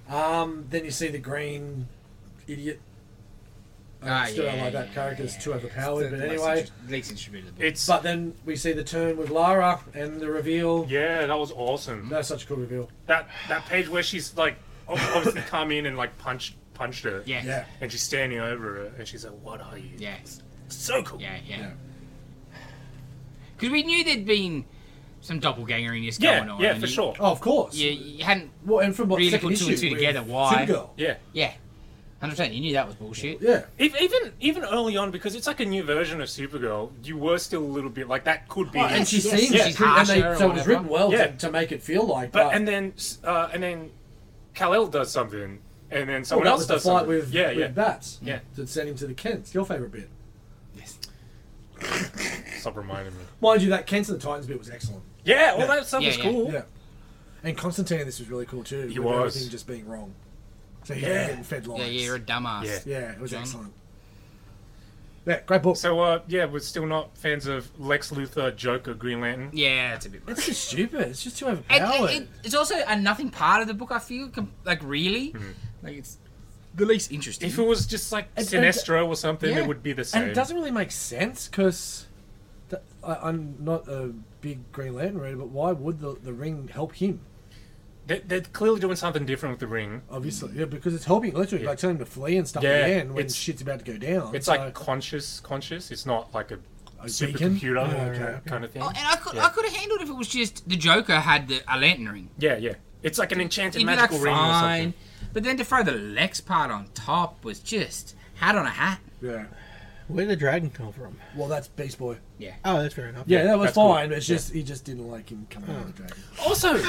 um, then you see the green idiot.
Ah,
Uh, still
yeah,
like that
yeah,
character's
yeah,
too
yeah.
overpowered, but
Least
anyway.
intro- least introduced the book.
it's
But then we see the turn with Lara and the reveal.
yeah, that was awesome.
That's such a cool reveal.
That that page where she's like, ob- obviously come in and like punched punched her.
Yeah.
Yeah.
Yeah.
And she's standing over her, and she's like, "What are you?"
Yeah.
So cool.
Yeah.
Yeah.
Because we knew there'd been some doppelgangeriness
Yeah,
going on.
yeah,
and
for
you,
sure.
Oh, of course.
You, you hadn't.
Well, and from what
Really
second
put two and
issue
two
with
together, why?
Supergirl.
Yeah.
Yeah. 100%. You knew that was bullshit.
Yeah.
If, even even early on, because it's like a new version of Supergirl, you were still a little bit like that could be.
and she
yes,
seems
yes.
she's
Yeah.
and they,
harsher or
so it was
whatever.
written well
Yeah.
to, to make it feel like.
but and then uh, and then Kal El does something, and then
oh,
someone
that
else
was the
does
fight
something.
with
yeah,
with
yeah.
bats.
Yeah.
that sent him to the Kents. Your favorite bit,
Stop reminding me.
mind you, that Kents and the Titans bit was excellent.
Yeah, all that stuff
Yeah,
was
yeah.
cool.
Yeah. And Constantine, this was really cool too.
He
with
was.
everything just being wrong. So yeah,
Yeah.
getting fed lines.
Yeah, yeah, you're a dumbass.
Yeah.
Yeah, it was
John.
excellent. Yeah, great book.
So uh, yeah, we're still not fans of Lex Luthor, Joker, Green Lantern.
Yeah, it's a bit much.
It's just stupid. It's just too
And it-
overpowered.
it- it's also a nothing part of the book, I feel. com- Like, really? Like, it's the least interesting.
If it was just like
And- and-
Sinestro or something,
Yeah.
it would be the same.
and it doesn't really make sense because I'm not a big Green Lantern reader, but why would the, the ring help him?
They, they're clearly doing something different with the ring.
Obviously, yeah, because it's helping literally
Mm. Yeah.
like telling him to flee and stuff
Yeah,
at the end when
it's-
shit's about to go down.
It's
So-
like conscious, conscious. It's not like a,
beacon?
supercomputer
Oh, okay.
kind of thing.
Oh, and I could,
Yeah.
I could have handled if it was just the Joker had the a lantern ring.
Yeah, yeah. It's like an enchanted
It'd be like
magical ring or
fine,
something.
but then to throw the Lex part on top was just hat on a hat.
yeah.
Where did the dragon come from?
Well, that's Beast Boy.
Oh, that's fair enough.
Yeah, that was
that's cool. Hmm.
fine. It's just he just didn't like him coming out of the dragon.
Also,
I mean,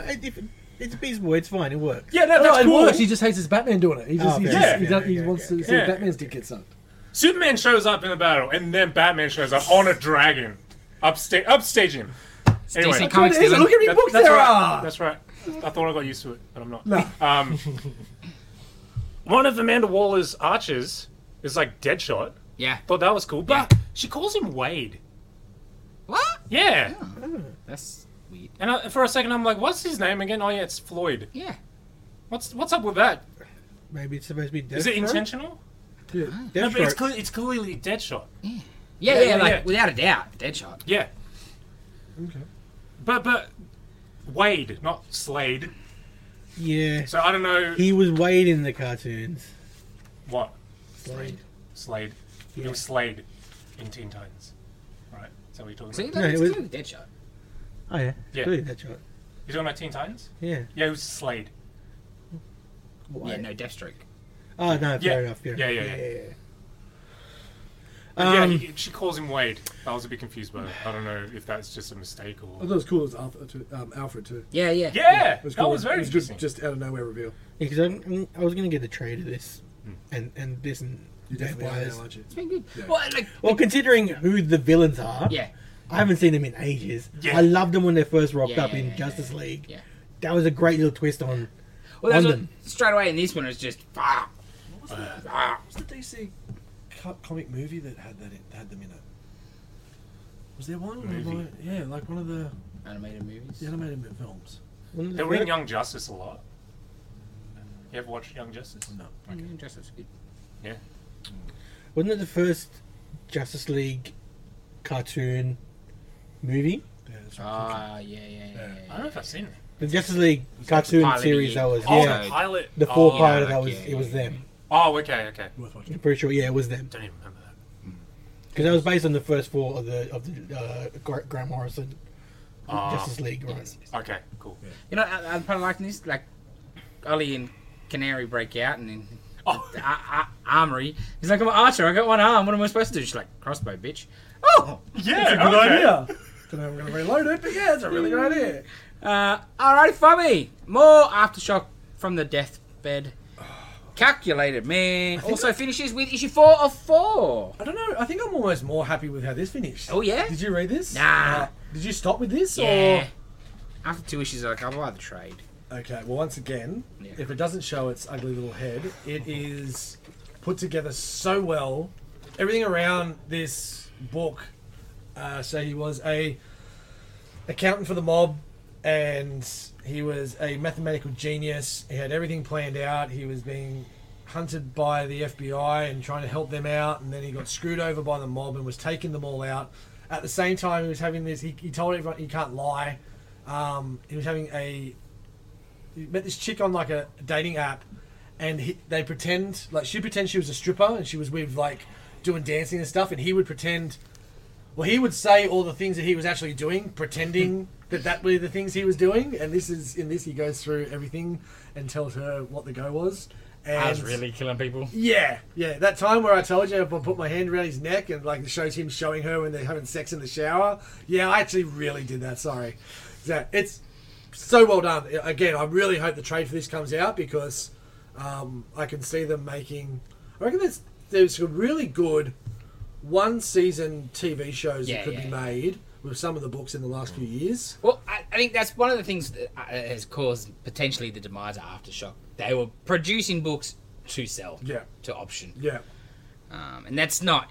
uh, it- if it- it's Beast Boy, it's fine, it works.
yeah, that,
No,
that's
it
cool.
works. He just hates his Batman doing it. He just,
Oh,
he,
fair
just
enough.
he,
Yeah.
does, he
Okay,
wants
okay,
to see
okay.
Batman's dick get sucked.
Superman shows up in the battle, and then Batman shows up on a dragon, upsta- upstaging him. Anyway,
DC
that's-
Comics
It is,
villain.
look how many books
that's
there
right.
are.
That's right. I thought I got used to it, but I'm not.
No.
Um, one of Amanda Waller's archers is like Deadshot.
Yeah.
Thought that was cool, but she calls him Wade.
What?
Yeah.
That's weird.
And I, for a second, I'm like, what's his name again? Oh yeah, it's Floyd.
Yeah.
What's what's up with that?
Maybe it's supposed to be Deathstroke.
Is it intentional? No, but it's,
Deathstroke.
cle- it's clearly Deadshot.
Yeah, yeah,
Yeah, yeah,
like
yeah.
without a doubt, Deadshot.
Yeah,
Okay.
but but Wade, not Slade.
Yeah.
So I don't know
He was Wade in the cartoons.
what
Slade.
Slade. He
Yeah.
was Slade in Teen Titans, right? Is that what you're talking
See,
about?
no,
No,
it's
it was-
clearly Deadshot.
Oh yeah.
Yeah.
Really, that's right.
You're talking about Teen Titans?
Yeah.
Yeah, it was Slade.
Yeah, no, Deathstroke.
Oh no, fair
Yeah.
enough. Fair
Yeah,
enough.
yeah, yeah.
yeah. Um,
yeah, he- she calls him Wade. I was a bit confused by that. I don't know if that's just a mistake
I thought
or.
it was cool. It was Alfred too. Um, Alfred too.
Yeah, yeah.
Yeah,
It was
that
cool.
was very
it was just-
interesting.
Just out of nowhere reveal.
Because I'm, I was going to get a trade of this,
Hmm.
and and this and
You definitely are
vampires.
now, aren't you?
It's been good.
Yeah.
Well, like,
Well, considering who the villains are,
yeah,
I haven't seen them in ages.
Yeah.
I loved them when they first rocked
Yeah,
up
yeah,
in
yeah,
Justice League.
yeah.
That was a great little twist on.
Well, that's
On
what,
them.
straight away in this one it's just ah, ah.
What's the DC co- comic movie that had that in, had them in it? Was there one? Or
Movie.
like, yeah, like one of the,
animated movies.
the animated mo- films.
wasn't it
They were in
first?
Young Justice a lot. You ever watched Young Justice?
No.
Mm, just as good.
Wasn't it the first Justice League cartoon movie?
Yeah, that's right.
Ah, yeah, yeah, yeah.
I don't know if I've seen it.
The Justice League cartoon
pilot
series
year.
that was
Oh,
yeah,
the pilot.
the four
oh,
part
yeah,
that
like,
was
yeah,
it was
yeah,
them.
Oh, okay, okay.
Worth watching.
I'm pretty sure yeah, it was them
Don't even remember that.
because that was based on the first four of the of the uh, Gra- Graham Morrison
Ah.
Justice League
yeah.
run.
Yes, yes.
Okay, cool.
You know, I, I'm kind of liking this. Like, Ollie and Canary break out, and then
Oh.
the, uh, armory. He's like, I'm an archer. I got one arm. What am I supposed to do? She's like, crossbow, bitch. Oh,
Yeah,
It's a good
okay.
idea. Don't know if I'm going to reload it, but yeah, it's a really good idea.
Uh, alrighty, Fummy. More aftershock from the deathbed. Calculated man. Also finishes with issue four of four.
I don't know. I think I'm almost more happy with how this finished.
Oh yeah.
Did you read this?
Nah.
did you stop with this?
yeah. After two issues, like I'll buy the trade.
Or? Okay. Well, once again,
Yeah.
if it doesn't show its ugly little head, it is put together so well. Everything around this book. Uh, so he was a accountant for the mob, and he was a mathematical genius. He had everything planned out. He was being hunted by the FBI and trying to help them out, and then he got screwed over by the mob and was taking them all out. At the same time, he was having this. He, he told everyone he can't lie. Um, he was having a. He met this chick on like a dating app, and he, they pretend like she pretend she was a stripper and she was with like doing dancing and stuff, and he would pretend. Well, he would say all the things that he was actually doing, pretending that that were the things he was doing. And this is in this he goes through everything and tells her what the go was. And
I was really killing people.
yeah, yeah. That time where I told you if I put my hand around his neck and like it shows him showing her when they're having sex in the shower. Yeah, I actually really did that. Sorry. So it's so well done. Again, I really hope the trade for this comes out because um, I can see them making. I reckon there's there's some really good one season TV shows
Yeah,
that could
yeah,
be
yeah.
made with some of the books in the last few years.
Well, I, I think that's one of the things that uh, has caused potentially the demise of Aftershock. They were producing books to sell,
Yeah.
to option,
Yeah,
um, and that's not,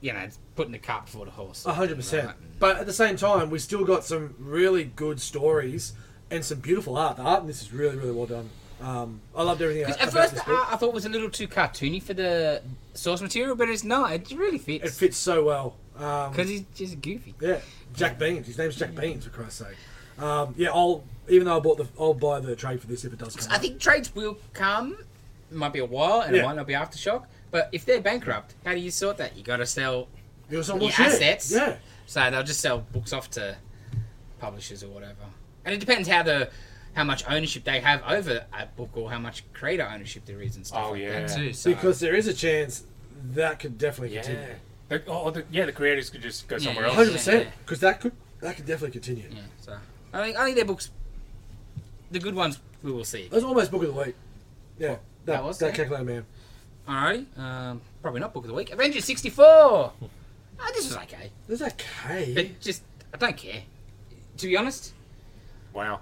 you know, it's putting the cart before the horse.
a hundred percent. Uh,
Right?
But at the same time, we still got some really good stories and some beautiful art. The art in this is really, really well done. Um, I loved everything.
Because
About
At first,
this
the
book.
art I thought was a little too cartoony for the source material, but it's not. It really
it
fits.
fits so well. Um,
Because he's just goofy.
Yeah, Jack Beans. His name's Jack Beans, for Christ's sake. Um, yeah, I'll even though I bought the, I'll buy the trade for this if it does come.
I
out.
think trades will come. It might be a while, and it
Yeah.
might not be Aftershock. But if they're bankrupt, how do you sort that? You got to sell.
It was on
the
what shit?
assets.
Yeah,
So they'll just sell books off to publishers or whatever. And it depends how the how much ownership they have over a book or how much creator ownership there is and stuff
Oh,
like
yeah.
that too. So
because there is a chance that could definitely
Yeah.
continue.
The, oh, the, yeah, the creators could just go
Yeah,
somewhere
yeah.
else.
Hundred percent, because that could that could definitely continue.
yeah, so I think I think their books, the good ones, we will see.
That was almost book of the week. Yeah, that,
that
that
was
was that
it?
calculator man.
Alrighty, um, probably not book of the week. Avengers sixty four. Oh, this was okay,
There's that K.
but just I don't care. To be honest,
Wow.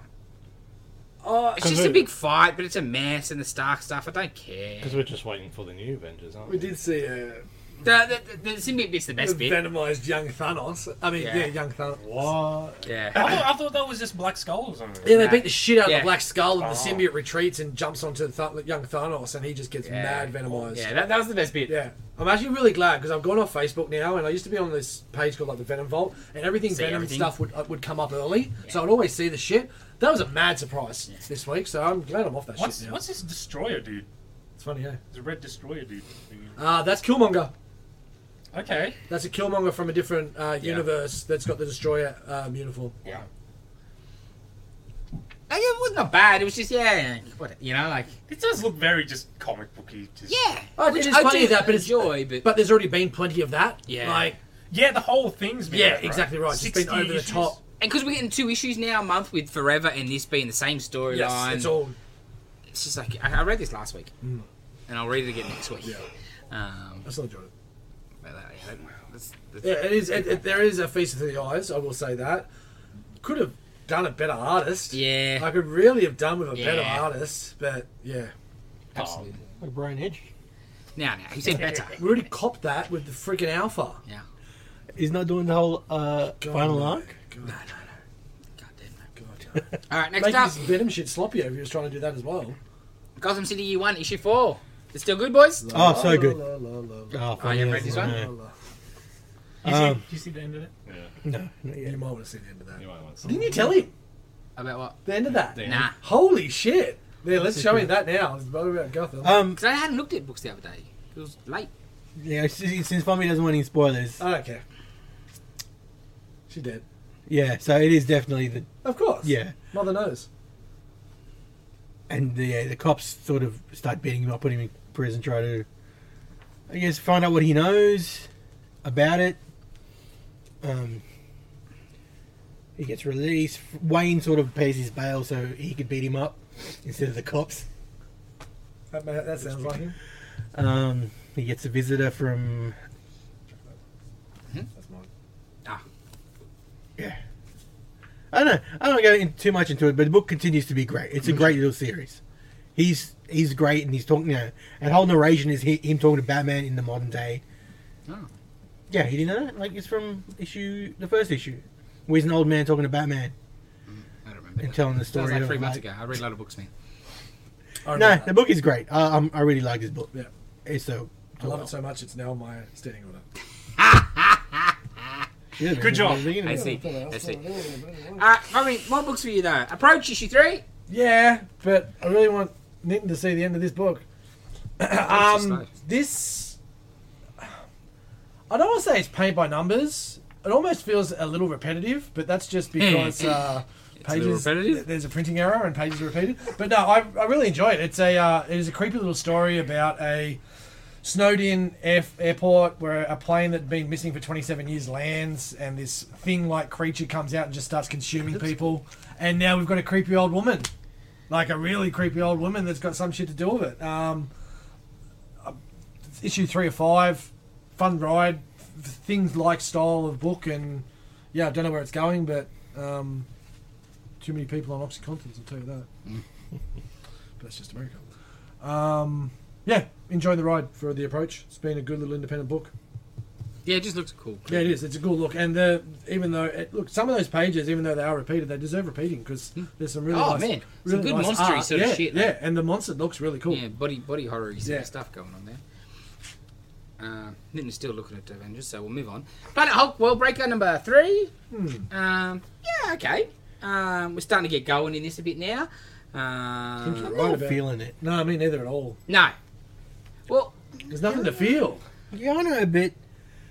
oh,
it's just a big fight, but it's a mess and the Stark stuff. I don't care.
Because we're just waiting for the new Avengers, aren't
we
we?
did see a
The, the, the, the symbiote bit's the best bit.
Venomized young Thanos. I mean,
Yeah.
yeah, young Thanos.
What?
Yeah.
I thought, I thought that was just Black Skull or something.
Yeah, they beat the shit out of
Yeah.
the Black Skull, and the
Oh.
symbiote retreats and jumps onto Th- young Thanos, and he just gets
Yeah.
mad venomized.
Yeah, that, that was the best bit.
Yeah. I'm actually really glad because I've gone off Facebook now, and I used to be on this page called like the Venom Vault, and everything
See
Venom
everything.
stuff would uh, would come up early, so I'd always see the shit. That was a mad surprise this week, so I'm glad I'm off that
What's
shit now.
what's this destroyer dude?
It's funny, yeah.
It's a red destroyer dude. Thing.
Uh, that's Killmonger.
Okay.
That's a Killmonger from a different uh, universe that's got the Destroyer um, uniform.
Yeah. Like, it was not bad. It was just yeah, what, you know, like
It does look very just comic booky. Just,
yeah.
I did-
Which is
I
funny
did
that, but it's
enjoy,
joy, but
But there's already been plenty of that.
Yeah.
Like,
Yeah, the whole thing's been
yeah,
that,
exactly right. Just
60
been over the
issues.
top.
and because we're getting two issues now a month with Forever and this being the same storyline,
Yes, it's all
it's just like I, I read this last week, and I'll read it again next week. Um,
I still enjoyed it.
but that, yeah, that- that's, that's,
Yeah, it is. It, it, there is a feast of the eyes. I will say that. Could have done a better artist.
Yeah.
I could really have done with a better
Yeah.
artist, but yeah,
absolutely.
Like Brian Hedge.
Now, now, he said better.
we already copped that with the freaking alpha.
Yeah.
He's not doing the whole uh,
God,
final
no.
arc.
God, no,
God damn
God, no.
it. All right, next
Making
up,
this venom shit sloppy over. He was trying to do that as well.
Gotham City Year One, Issue Four. It's still good, boys.
Oh, so good.
La, la, la, la,
Oh,
I haven't read this one.
yeah.
la, la.
You see,
Um,
you see the end of it?
Yeah.
No, not
You
yet.
might want to see the end of that.
You might want some.
Didn't you tell him
About what?
the end of that?
Damn.
Nah,
Holy shit! There, let's show him that now. It's about about Gotham.
Um,
because I hadn't looked at books the other day. It was late.
yeah, since since Fummy doesn't want any spoilers,
I don't care. Oh, She dead.
yeah, so it is definitely the
Of course.
yeah,
Mother knows.
and the yeah, the cops sort of start beating him up, put him in prison, try to, I guess, find out what he knows about it. Um, he gets released. Wayne sort of pays his bail so he could beat him up instead of the cops.
That, ma- that sounds like him.
Um, he gets a visitor from
That's mine.
yeah. I don't know. I don't go in too much into it, but the book continues to be great. It's a great little series. He's he's great, and he's talking. You know, and whole narration is he, him talking to Batman in the modern day.
Oh.
Yeah, you didn't know that. Like it's from issue the first issue, where he's an old man talking to Batman
I don't remember.
and telling the
That
story.
was like
of,
three months
like-
ago. I read a lot of books, man.
I
No,
remember
the
that.
book is great. I i I really like this book.
Yeah.
it's so.
I love it so much it's now my standing order.
Yeah,
Good job.
I see. I see. Uh, I mean, more books for you though. Approach issue three.
Yeah, but I really want Nitin to see the end of this book.
just
um,
nice.
this. I don't want to say it's paint by numbers. It almost feels a little repetitive, but that's just because uh,
a little
pages
repetitive?
there's a printing error and pages are repeated. But no, I, I really enjoy it. It's a uh, it is a creepy little story about a snowed in air, airport where a plane that had been missing for 27 years lands and this thing like creature comes out and just starts consuming people and now we've got a creepy old woman like a really creepy old woman that's got some shit to do with it um, uh, issue three or five fun ride f- things like style of book and yeah i don't know where it's going but um, too many people on oxycontins i'll tell you that
Mm.
but that's just america um, yeah, enjoy the ride for the approach. It's been a good little independent book.
Yeah, it just looks cool.
Yeah, it is. It's a good look, and the even though it, look some of those pages, even though they are repeated, they deserve repeating because there's some really
Oh,
nice,
man. Some
really
good
nice
monstery
art.
sort of
yeah,
shit,
Yeah, and the monster looks really cool.
Yeah, body body horror
Yeah.
stuff going on there. Uh, Nintendo's still looking at Avengers, so we'll move on. Planet Hulk World Breaker number three.
Hmm.
Um, yeah, okay. Um, we're starting to get going in this a bit now. Um,
I'm
Right
not
about-
feeling it.
No, I mean neither at all.
no. Well,
There's nothing to feel.
Yeah, I know a bit.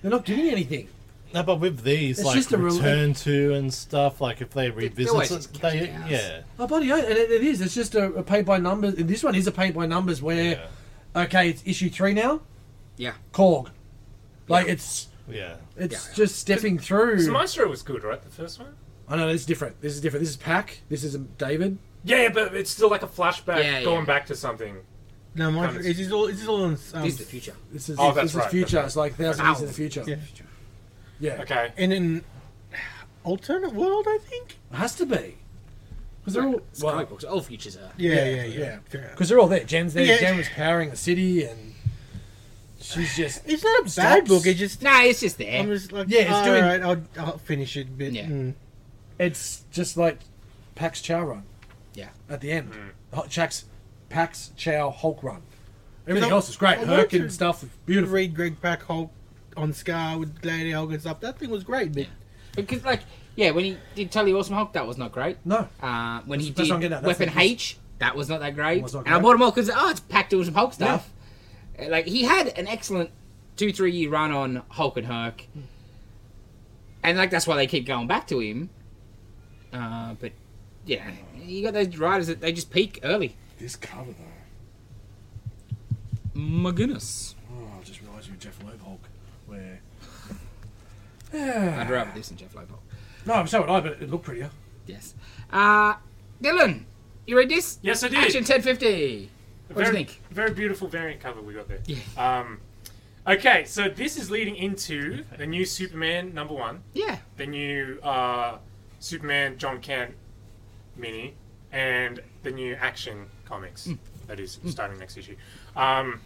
They're not giving you anything.
No, but with these,
It's
like
just a rel-
return to and stuff, like if they revisit
always
it,
just
they,
counting hours.
yeah,
Oh, buddy, yeah, and it, it is. It's just a, a paint by numbers. and This one is a paint by numbers where,
yeah,
okay, it's issue three now.
Yeah.
Korg. Like it's
yeah.
it's
Yeah.
just stepping through.
Hmm.
So Maestro was good, right? The first one.
I know this is different. This is different. This is Pack. This is David.
Yeah, but it's still like a flashback
Yeah, yeah.
going back to something.
No, my,
Comments.
is this all? Is this all on? Um,
this is the future.
This is
Oh,
this
that's
is
right,
future.
that's
It's like thousand years in the future.
Yeah.
Yeah,
Okay.
in an alternate world, I think.
it has to be because they're all
It's
well,
comic books. All futures are.
Yeah, yeah, yeah.
yeah.
Fair enough.
because they're all there. Jen's there.
Yeah.
Jen was powering the city, and She's just
It's not a bad
Stops.
book. It just
Nah, it's just there.
I'm just like
Yeah, it's
"All
doing-
right, I'll, I'll finish it. But
Yeah.
mm,
it's just like Pax Chow run.
Yeah.
At the end,
Mm.
Ho- Chax, Pax Chow Hulk run. Everything
I-
else is great.
I
Herc
wanted
and
to-
stuff,
to
beautiful.
read Greg Pack Hulk on Scar with Gladiator Hulk and stuff. That thing was great. But
Because like, yeah, when he did Totally Awesome Hulk, that was not great.
No,
Uh, when he
That's- that's
did
what I'm getting at. That's
Weapon
the-
H, that was not that great.
Was not
And I
great.
bought them all because oh, it's packed with some Hulk stuff. Uh, Like he had an excellent two three year run on Hulk and Herc,
Hmm.
and like that's why they keep going back to him. Uh, but yeah, you got those riders that they just peak early.
this cover though.
My goodness,
Oh, I just realised you were Jeff Loeb Hulk. Where?
I'd rather this than Jeff Lobo.
No, so would I, but it looked prettier.
Yes, uh, Dylan, you read this?
Yes, I did.
Action ten fifty.
A
What do you
very,
think?
very beautiful variant cover we got there.
Yeah.
Um, okay, so this is leading into the new Superman number one,
Yeah,
the new uh, Superman John Kent mini, and the new Action comics
Hmm.
that is starting next issue. Um,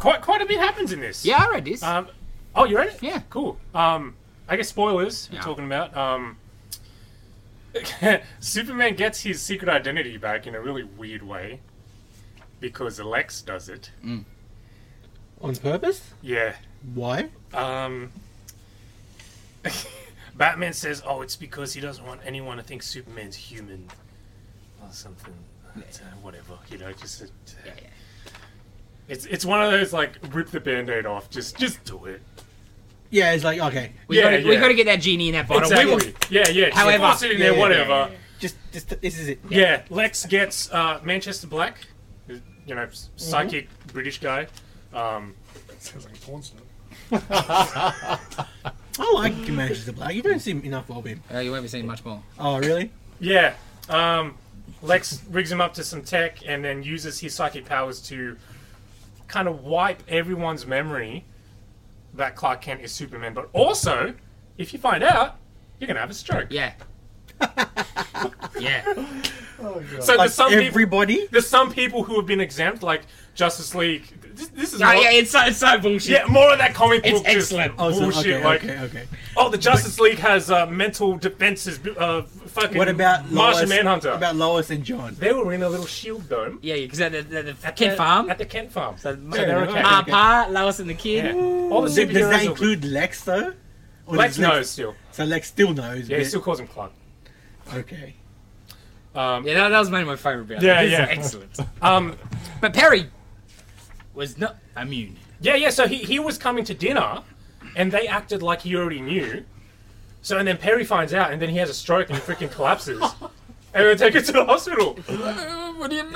quite quite a bit happens in this.
yeah, I read this.
Um, oh, you read it?
Yeah.
Cool. Um, I guess spoilers.
Yeah.
We're talking about. Um, Superman gets his secret identity back in a really weird way because Lex does it.
Hmm.
on purpose?
Yeah.
Why?
Um, Batman says, "Oh, it's because he doesn't want anyone to think Superman's human or something." But, uh, whatever, you know, just.
yeah, yeah.
It's, it's one of those like rip the band-aid off just just do it
Yeah, it's like okay,
We
yeah,
gotta, we
yeah.
gotta get that genie in that bottle. We will,
exactly yeah yeah just
However.
toss it in
Yeah,
there
yeah,
whatever
just just this is it.
Yeah, Lex gets uh, Manchester Black, you know, s- psychic British guy. Um,
Sounds like a porn star.
Oh, I like Manchester Black. You don't see enough of him.
Uh, you won't be seeing much more.
Oh really?
yeah, um, Lex rigs him up to some tech and then uses his psychic powers to kind of wipe everyone's memory that Clark Kent is Superman. But also, if you find out, you're gonna have a stroke.
Yeah. yeah.
So
Like
there's some people,
everybody.
there's some people who have been exempt, like Justice League. This, this is
Oh,
more,
yeah, it's so, it's so bullshit.
yeah, more of that comic
It's
book just
excellent.
Oh, so,
bullshit.
okay,
like
okay, okay.
Oh, the Justice League has uh, mental defenses. Uh, fucking
What about
Martian
Lois?
Manhunter?
About Lois and John.
they were in a little shield dome.
Yeah, because at the, the, the
at
kid
the-
farm,
At the Kent farm. So,
fair
they're
enough.
okay.
Ah,
Ma, Pa, Lois and the kid.
Yeah. All the
Does
superheroes
that
are-
include Lex though? Or
Lex
does
knows still.
So Lex still knows.
Yeah, he
but-
still calls him Clark.
Okay.
Um,
Yeah, that, that was one of my favourite bits.
Yeah,
This is
yeah.
excellent.
um,
But Perry was not immune.
yeah, yeah. So he, he was coming to dinner, and they acted like he already knew. So and then Perry finds out, and then he has a stroke and he freaking collapses, and they take him to the hospital.
Uh, what do you mean?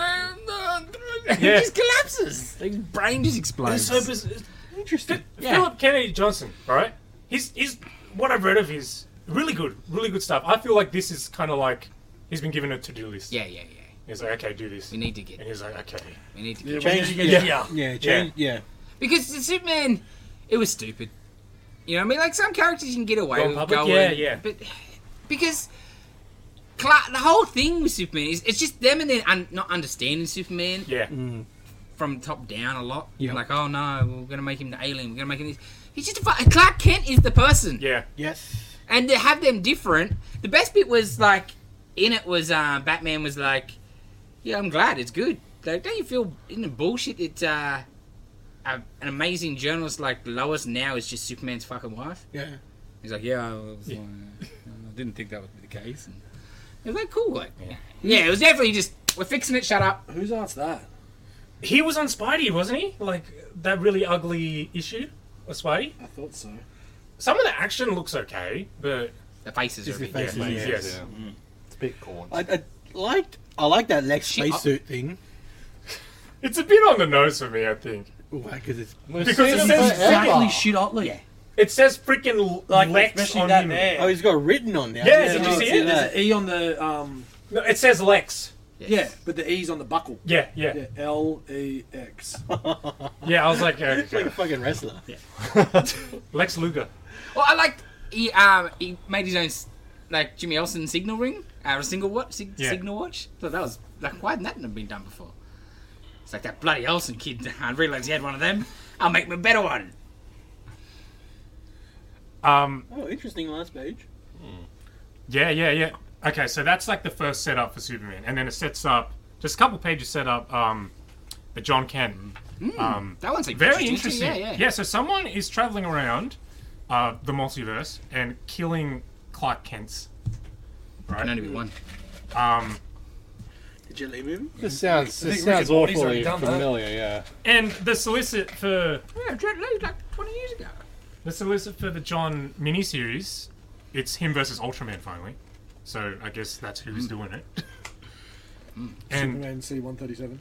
he
Yeah.
just collapses. His brain just explodes.
So biz-
Interesting.
Yeah.
Philip Kennedy Johnson, right? He's he's what I've read of is really good, really good stuff. I feel like this is kind of like he's been given a to-do list.
yeah, yeah, yeah.
He's like, okay, do this,
We
and
need to get.
he's like, okay,
We need to
Yeah,
get.
change
Change-
again.
yeah.
Yeah.
Yeah, change, yeah.
Because the Superman, it was stupid. You know what I mean? Like some characters you can get away
Going
with
public?
going.
Yeah, yeah.
But because Clark, the whole thing with Superman is it's just them and then un, not understanding Superman
yeah,
Mm.
from top down a lot.
Yeah.
Like, oh no, we're gonna make him the alien. We're gonna make him this. He's just a fu- Clark Kent is the person,
yeah,
Yes.
and to have them different. The best bit was like in it was uh, Batman was like, yeah, I'm glad it's good. Like, don't you feel in the bullshit that uh, a, an amazing journalist like Lois now is just Superman's fucking wife?
Yeah.
He's like, yeah, I, was, uh, I didn't think that would be the case. And it was like, cool, like, yeah. it was definitely just we're fixing it. Shut up.
Whose art's that?
He was on Spidey, wasn't he? Like that really ugly issue of Spidey.
I thought so.
Some of the action looks okay, but
The faces
Just
are a
the
bit-
yeah,
faces, yeah.
yes,
It's a bit corn.
I, I liked I like that Lex
Shit, I-
spacesuit thing.
it's a bit on the nose for me. I think
Because it's
because it says
Exactly, shit, Otley.
Yeah.
it says freaking like Lex
especially
on
that
him.
there.
oh, he's got written on there.
Yeah,
I
did
didn't
you
know
see
it?
it?
that.
There's an E on the um.
No, it says Lex.
Yeah, but the E's on the buckle.
Yeah, yeah,
Yeah,
yeah.
L E X.
I was like, uh,
It's like a fucking wrestler.
Lex Luger.
Well, I liked he um he made his own s- like Jimmy Olsen signal ring, uh, a single watch, sig-
Yeah.
signal watch. So that was like why hadn't that been done before? It's like that bloody Olsen kid. I realised he had one of them. I'll make him a better one.
Um,
Oh, interesting last page.
yeah, yeah, yeah. Okay, so that's like the first setup for Superman, and then it sets up just a couple pages set up um, the John Kent. Um,
That one's like
very interesting.
Yeah, yeah.
So someone is traveling around uh, the multiverse and killing Clark Kent's.
Can only be one.
Did you leave him?
This sounds
I
this
think Rick
sounds
and Morty's
awfully
already done that.
familiar. Yeah.
And the solicit for
Yeah, Dread Lou, like 20 years ago.
the solicit for the John miniseries, it's him versus Ultraman finally. So I guess that's who's
Hmm.
doing it. And
Superman C one thirty seven.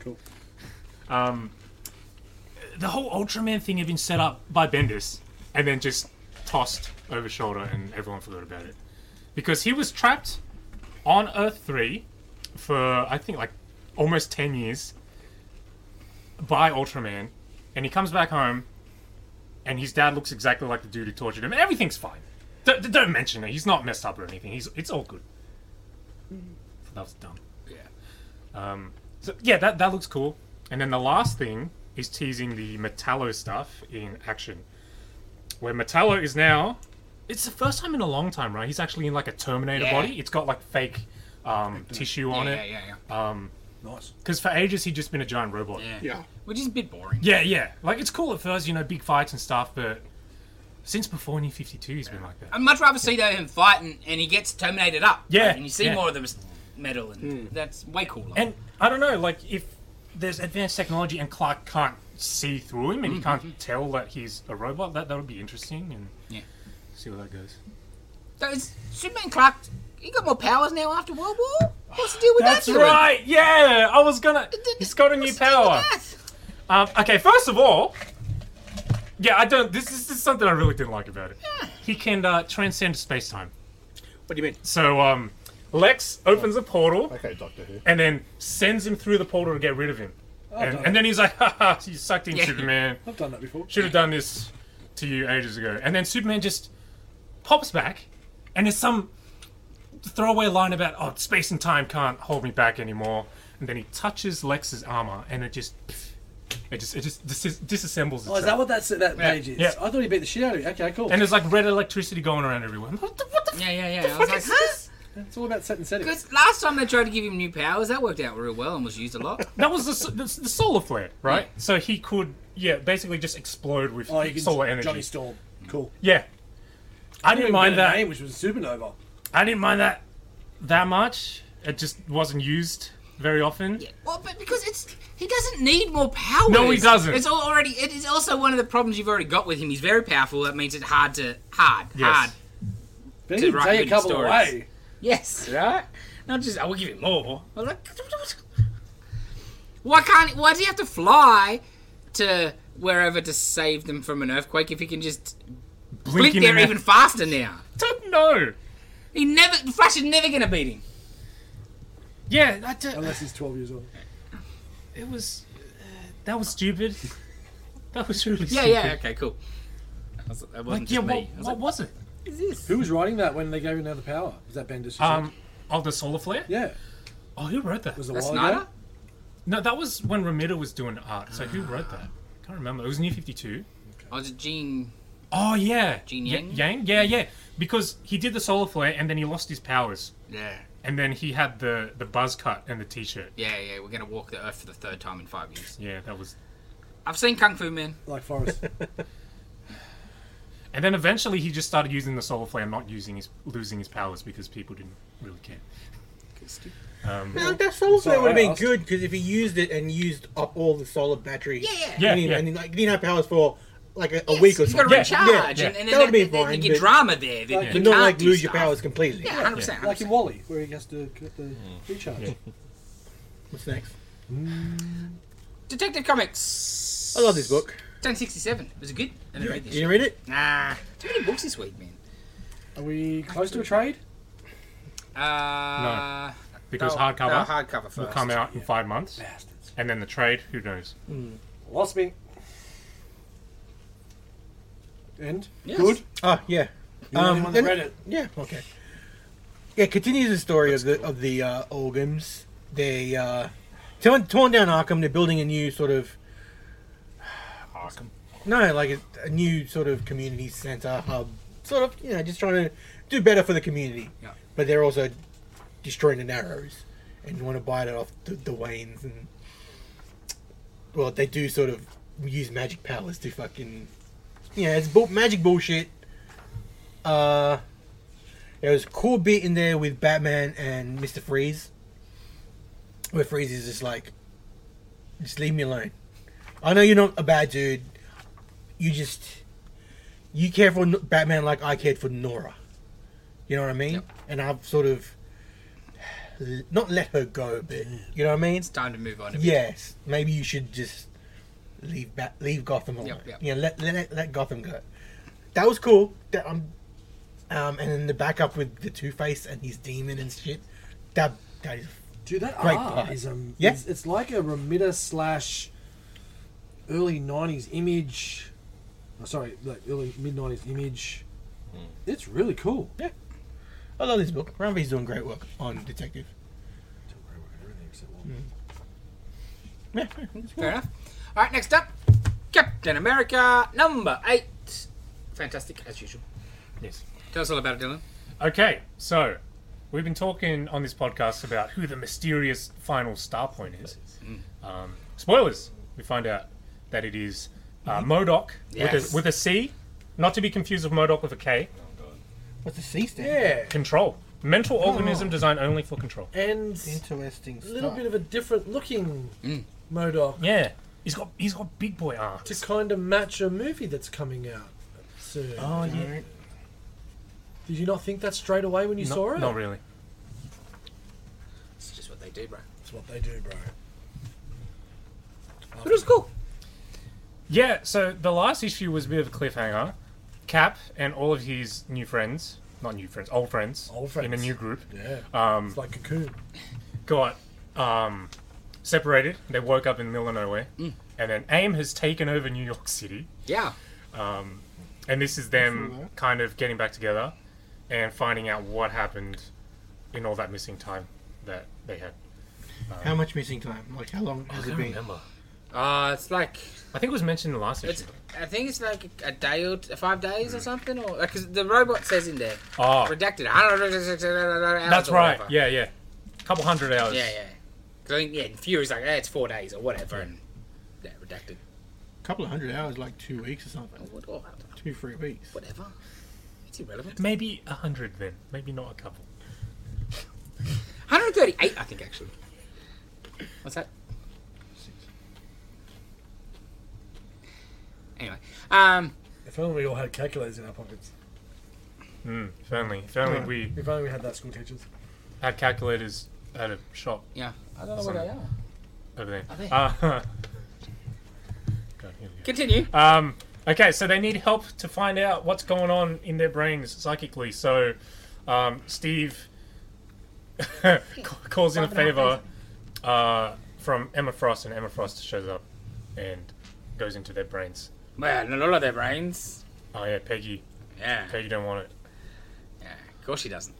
Cool.
um, the whole Ultraman thing had been set up by Bendis and then just tossed over shoulder, and everyone forgot about it because he was trapped on Earth three for I think like almost ten years by Ultraman, and he comes back home, and his dad looks exactly like the dude who tortured him. Everything's fine. Don't, don't mention it. He's not messed up or anything. He's it's all good. That was dumb.
Mm-hmm. Yeah.
Um, so yeah, that that looks cool. And then the last thing is teasing the Metallo stuff in action, where Metallo is now. It's the first time in a long time, right? He's actually in like a Terminator
Yeah.
body. It's got like fake um, tissue on
yeah,
it.
yeah, yeah,
Nice.
Because for ages he'd just been a giant robot.
yeah.
Yeah.
Which is a bit boring.
yeah, yeah. Like it's cool at first, you know, big fights and stuff, but since before New Fifty Two, he's been like that.
I'd much rather see though him fight and, and he gets terminated up.
Yeah,
And you see
yeah.
more of the mis- metal and that's way cooler.
And I don't know, like if there's advanced technology and Clark can't see through him and he can't tell that he's a robot, that that would be interesting and
Mm-hmm. Yeah.
see where that goes.
so is Superman Clark he got more powers now after World War? What's the deal with
That's
that? dude?
right. Yeah, I was gonna. He's got a new
What's the deal
power.
with that?
Um, okay, first of all, yeah, I don't. This, is- this is something I really didn't like about it. He can uh, transcend space time.
What do you mean?
So um, Lex opens a portal
Okay, Doctor Who.
and then sends him through the portal to get rid of him. And,
done
and then he's like, "Ha ha! You sucked in,
Yeah.
Superman.
I've done that before.
Should have done this to you ages ago." And then Superman just pops back, and there's some throwaway line about, "Oh, space and time can't hold me back anymore." And then he touches Lex's armor, and it just, it just, it just dis- disassembles itself.
Oh, is that what that's, that page is?
Yeah.
I thought he beat the shit out of you. Okay, cool.
and there's like red electricity going around everywhere. What the, what the
Yeah,
f-
yeah, yeah.
The
I was
fuck
like,
is
huh?
it's all about setting settings.
Because last time they tried to give him new powers, that worked out real well and was used a lot.
That was the, s- the, s- the solar flare, right? So he could, yeah, basically just explode with
Oh, you can
solar
Johnny
energy.
Storm. Cool.
yeah, I didn't mind that.
name, which was Supernova.
I didn't mind that that much. It just wasn't used very often.
Yeah, Well, but because it's he doesn't need more powers.
No, he doesn't.
It's al- already. It is also one of the problems you've already got with him. He's very powerful. That means it's hard to hard
Yes.
hard.
But
To
he can
write
take
good
a couple
stories.
away.
Yes. Right. Not just I will give him more. I was like, why can't? Why does he have to fly to wherever to save them from an earthquake if he can just blink
in
there
and
even faster now?
don't know.
He never. Flash is never gonna beat him.
Yeah, I d-
Unless he's 12 years old.
it was uh, that was stupid. that was really
Yeah.
stupid.
Yeah. Okay. Cool. I was- That wasn't
Like, yeah,
just
what,
me. I was
what was it?
like, "What is this?
Who was writing that when they gave him the power? Was that Bendis?
Um, oh, the solar flare.
yeah.
Oh, who wrote that?
Was it a
That's
while
Snyder.
ago?
No, that was when Ramita was doing art. So who wrote that?
Ah.
Can't remember. It was New Fifty Two.
Oh, is it Gene?
Oh yeah,
Gene
Ya-
Yang?
Yang, yeah, yeah. Because he did the solar flare and then he lost his powers,
Yeah.
and then he had the the buzz cut and the t-shirt.
Yeah, yeah, we're gonna walk the earth for the third time in five years.
Yeah, that was.
I've seen Kung Fu Man.
Like Forrest.
And then eventually he just started using the solar flare, and not using his losing his powers because people didn't really care.
No, that
Sorry,
solar flare would have
I
been
asked.
good because if he used it and used up all the solar battery,
yeah.
Yeah,
and, he-
yeah.
and he, like he didn't have powers for like a, a
Yes,
week or
you
something.
gotta
Yeah,
recharge,
yeah.
and, and
That
then,
would've been
then- then
fine,
you get
but-
drama there. Then
Like,
you
But not
can't
like
do
lose your
stuff.
powers completely.
Yeah, hundred percent.
like in Wally, where he has to get the
Hmm.
recharge.
What's next?
Detective Comics.
I love this book.
Ten sixty-seven. Was it good? I didn't read
You
this.
didn't
shit.
read it?
Nah, too many books this week, man.
Are we close to a trade?
Uh,
Because
they'll-
hardcover
they'll hardcover first.
will come out in five months,
Bastards.
and then the trade. Who knows?
Lost me. End.
Yes.
Good.
Oh yeah,
You're the only
Um,
one that
and-
read it.
yeah. Okay. Yeah, continues the story of the of the uh, Olgums. They uh, torn, torn down Arkham. They're building a new sort of
Arkham.
no, like a, a new sort of community center hub. Sort of, you know, just trying to do better for the community.
Yeah.
But they're also destroying the Narrows and want to bite it off the, the Waynes and well, they do sort of use magic powers to fucking yeah, it's bu- magic bullshit. Uh, there was a cool bit in there with Batman and Mister Freeze, where Freeze is just like, just leave me alone. I know you're not a bad dude. You just you care for N- Batman like I cared for Nora. You know what I mean?
Yep.
And I've sort of l- not let her go, but you know what I mean.
It's time to move on. A bit.
Yes, maybe you should just leave back, leave Gotham alone.
yep.
You know, let, let let Gotham go. That was cool. That um, um, and then the backup with the Two Face and his demon and shit. That that is
Dude, that
Great
art
part.
is um,
Yeah.
it's, it's like a Remitter slash early '90s image. Oh, sorry, like early mid '90s image.
Hmm.
It's really cool.
I love this book. Ramvi's doing great work on Detective. Yeah, yeah, it's cool.
Fair enough. All right, next up, Captain America number eight. Fantastic as usual.
Yes.
Tell us all about it, Dylan.
Okay, so we've been talking on this podcast about who the mysterious final star point is.
Mm.
Um, spoilers. We find out that it is uh,
Mm-hmm.
Modoc with,
Yes.
a, with a C, not to be confused with Modoc with a K.
What's the C stand?
Yeah,
Control. Mental
Oh.
organism designed only for control.
and
Interesting
a
stuff.
little bit of a different looking
Mm.
Modoc
Yeah, he's got he's got big boy arms.
to kind of match a movie that's coming out soon.
Oh yeah.
Did you not think that straight away when you
Not-
saw it?
Not really.
It's just what they do, bro.
That's what they do, bro.
But it was cool.
Yeah, so the last issue was a bit of a cliffhanger. Cap and all of his new friends, not new friends, old friends,
Old
in a
friends.
new group,
Yeah,
um,
it's like Cocoon.
got um, separated. They woke up in the middle of nowhere.
Mm.
And then AIM has taken over New York City.
Yeah.
And this is them kind of getting back together and finding out what happened in all that missing time that they had.
How much missing time? Like how long has it been?
Uh, it's like
I think it was mentioned in the last
it's.
issue.
I think it's like a day or t- five days or something, or because the robot says in there
Oh,
redacted. hours
that's
or
right.
whatever.
Yeah, yeah. A couple hundred hours.
Yeah, yeah. 'Cause I think yeah, Fury's like, eh, it's four days or whatever, and yeah, redacted.
A couple of hundred hours, like two weeks or something.
What- oh,
Two, three weeks.
Whatever. It's irrelevant.
Maybe a hundred then. Maybe not a couple.
138, I think actually. What's that? Anyway, um,
If only we all had calculators in our pockets.
Mm, if only, if only
Right.
we
If only we had that school teachers.
had calculators at a shop
yeah. I don't know
what they
are.
over there.
Are they?
Uh, God, here we
Continue.
go. Um, okay, so they need help to find out what's going on in their brains psychically. So um, Steve ca- calls in a
Fucking
favor uh, from Emma Frost, and Emma Frost shows up and goes into their brains.
Well, not all of their brains.
Oh yeah, Peggy.
Yeah.
Peggy don't want it.
yeah. Of course she doesn't.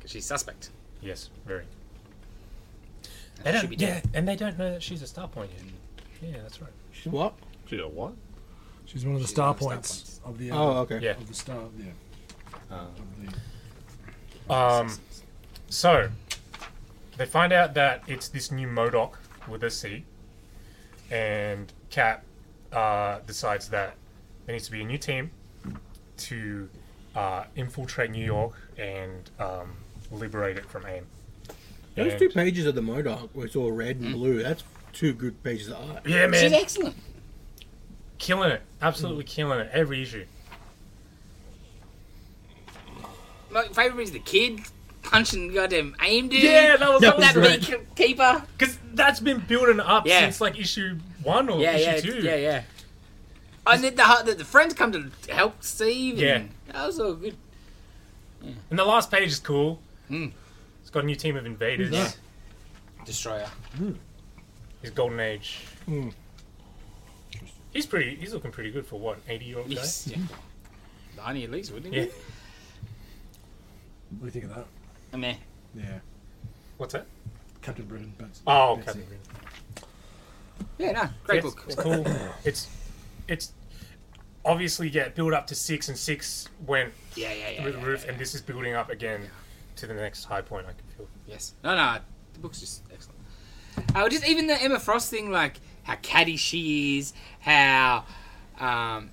'Cause she's suspect.
Yes, very.
And
They
she should
don't,
be
yeah,
dead.
and they don't know that she's a star point yet. Yeah, that's right.
What?
She's a what?
She's one of the
She's
star
one of the star
points
points.
of the uh,
Oh, okay.
Yeah.
of the star. Yeah. Of the-
Um, so they find out that it's this new Modoc with a C, and Cap uh, decides that there needs to be a new team to uh, infiltrate New York and um, liberate it from AIM.
Those
And-
two pages of the Modoc where it's all red
Mm.
and blue, that's two good pages of art.
yeah,
She's
man,
excellent.
killing it, absolutely killing it every issue.
My favorite is the kid punching goddamn aim dude.
Yeah, that was- that
that
was great.
keeper.
Because that's been building up
Yeah.
since like issue one or
Yeah,
issue
yeah,
two.
yeah, yeah. And then the hu- the, the friends come to help Steve.
Yeah.
and that was all good.
And the last page is cool.
Mm.
It's got a new team of invaders.
Yeah. Destroyer.
His golden age.
Mm.
He's pretty. He's looking pretty good for what eighty year old guy.
Yes. Yeah. Ninety at least, wouldn't
Yeah.
it?
What do you think of that?
Yeah. Meh.
Yeah.
What's that?
Captain Britain. But
Oh,
that's
okay.
it.
Yeah, no, great
Yes,
book.
It's cool. it's it's obviously yeah, build up to six and six went
Yeah, yeah, yeah.
through the
yeah,
roof,
yeah,
and this is building up again to the next high point. I can feel.
Yes. No, no, the book's just excellent. Uh, just even the Emma Frost thing, like how catty she is, how um,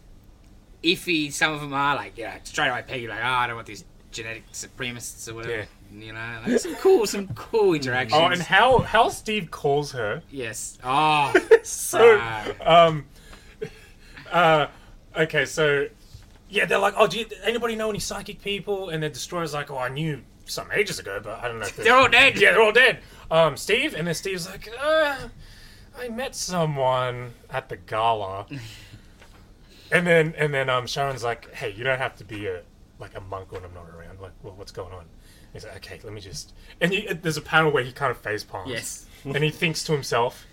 iffy some of them are. Like, yeah, straight away Peggy, like, oh, I don't want these genetic supremacists or whatever. You know, like, some cool, some cool interactions.
Oh, and how how Steve calls her
yes. Oh,
so
right.
um uh okay so yeah they're like oh do you, anybody know any psychic people and then destroyer's like oh i knew some ages ago but i don't know if
They're all dead.
yeah they're all dead um steve and then steve's like uh i met someone at the gala and then and then um sharon's like hey you don't have to be a like a monk when i'm not around like well, what's going on he's like okay let me just and you, there's a panel where he kind of face palms
yes.
and he thinks to himself,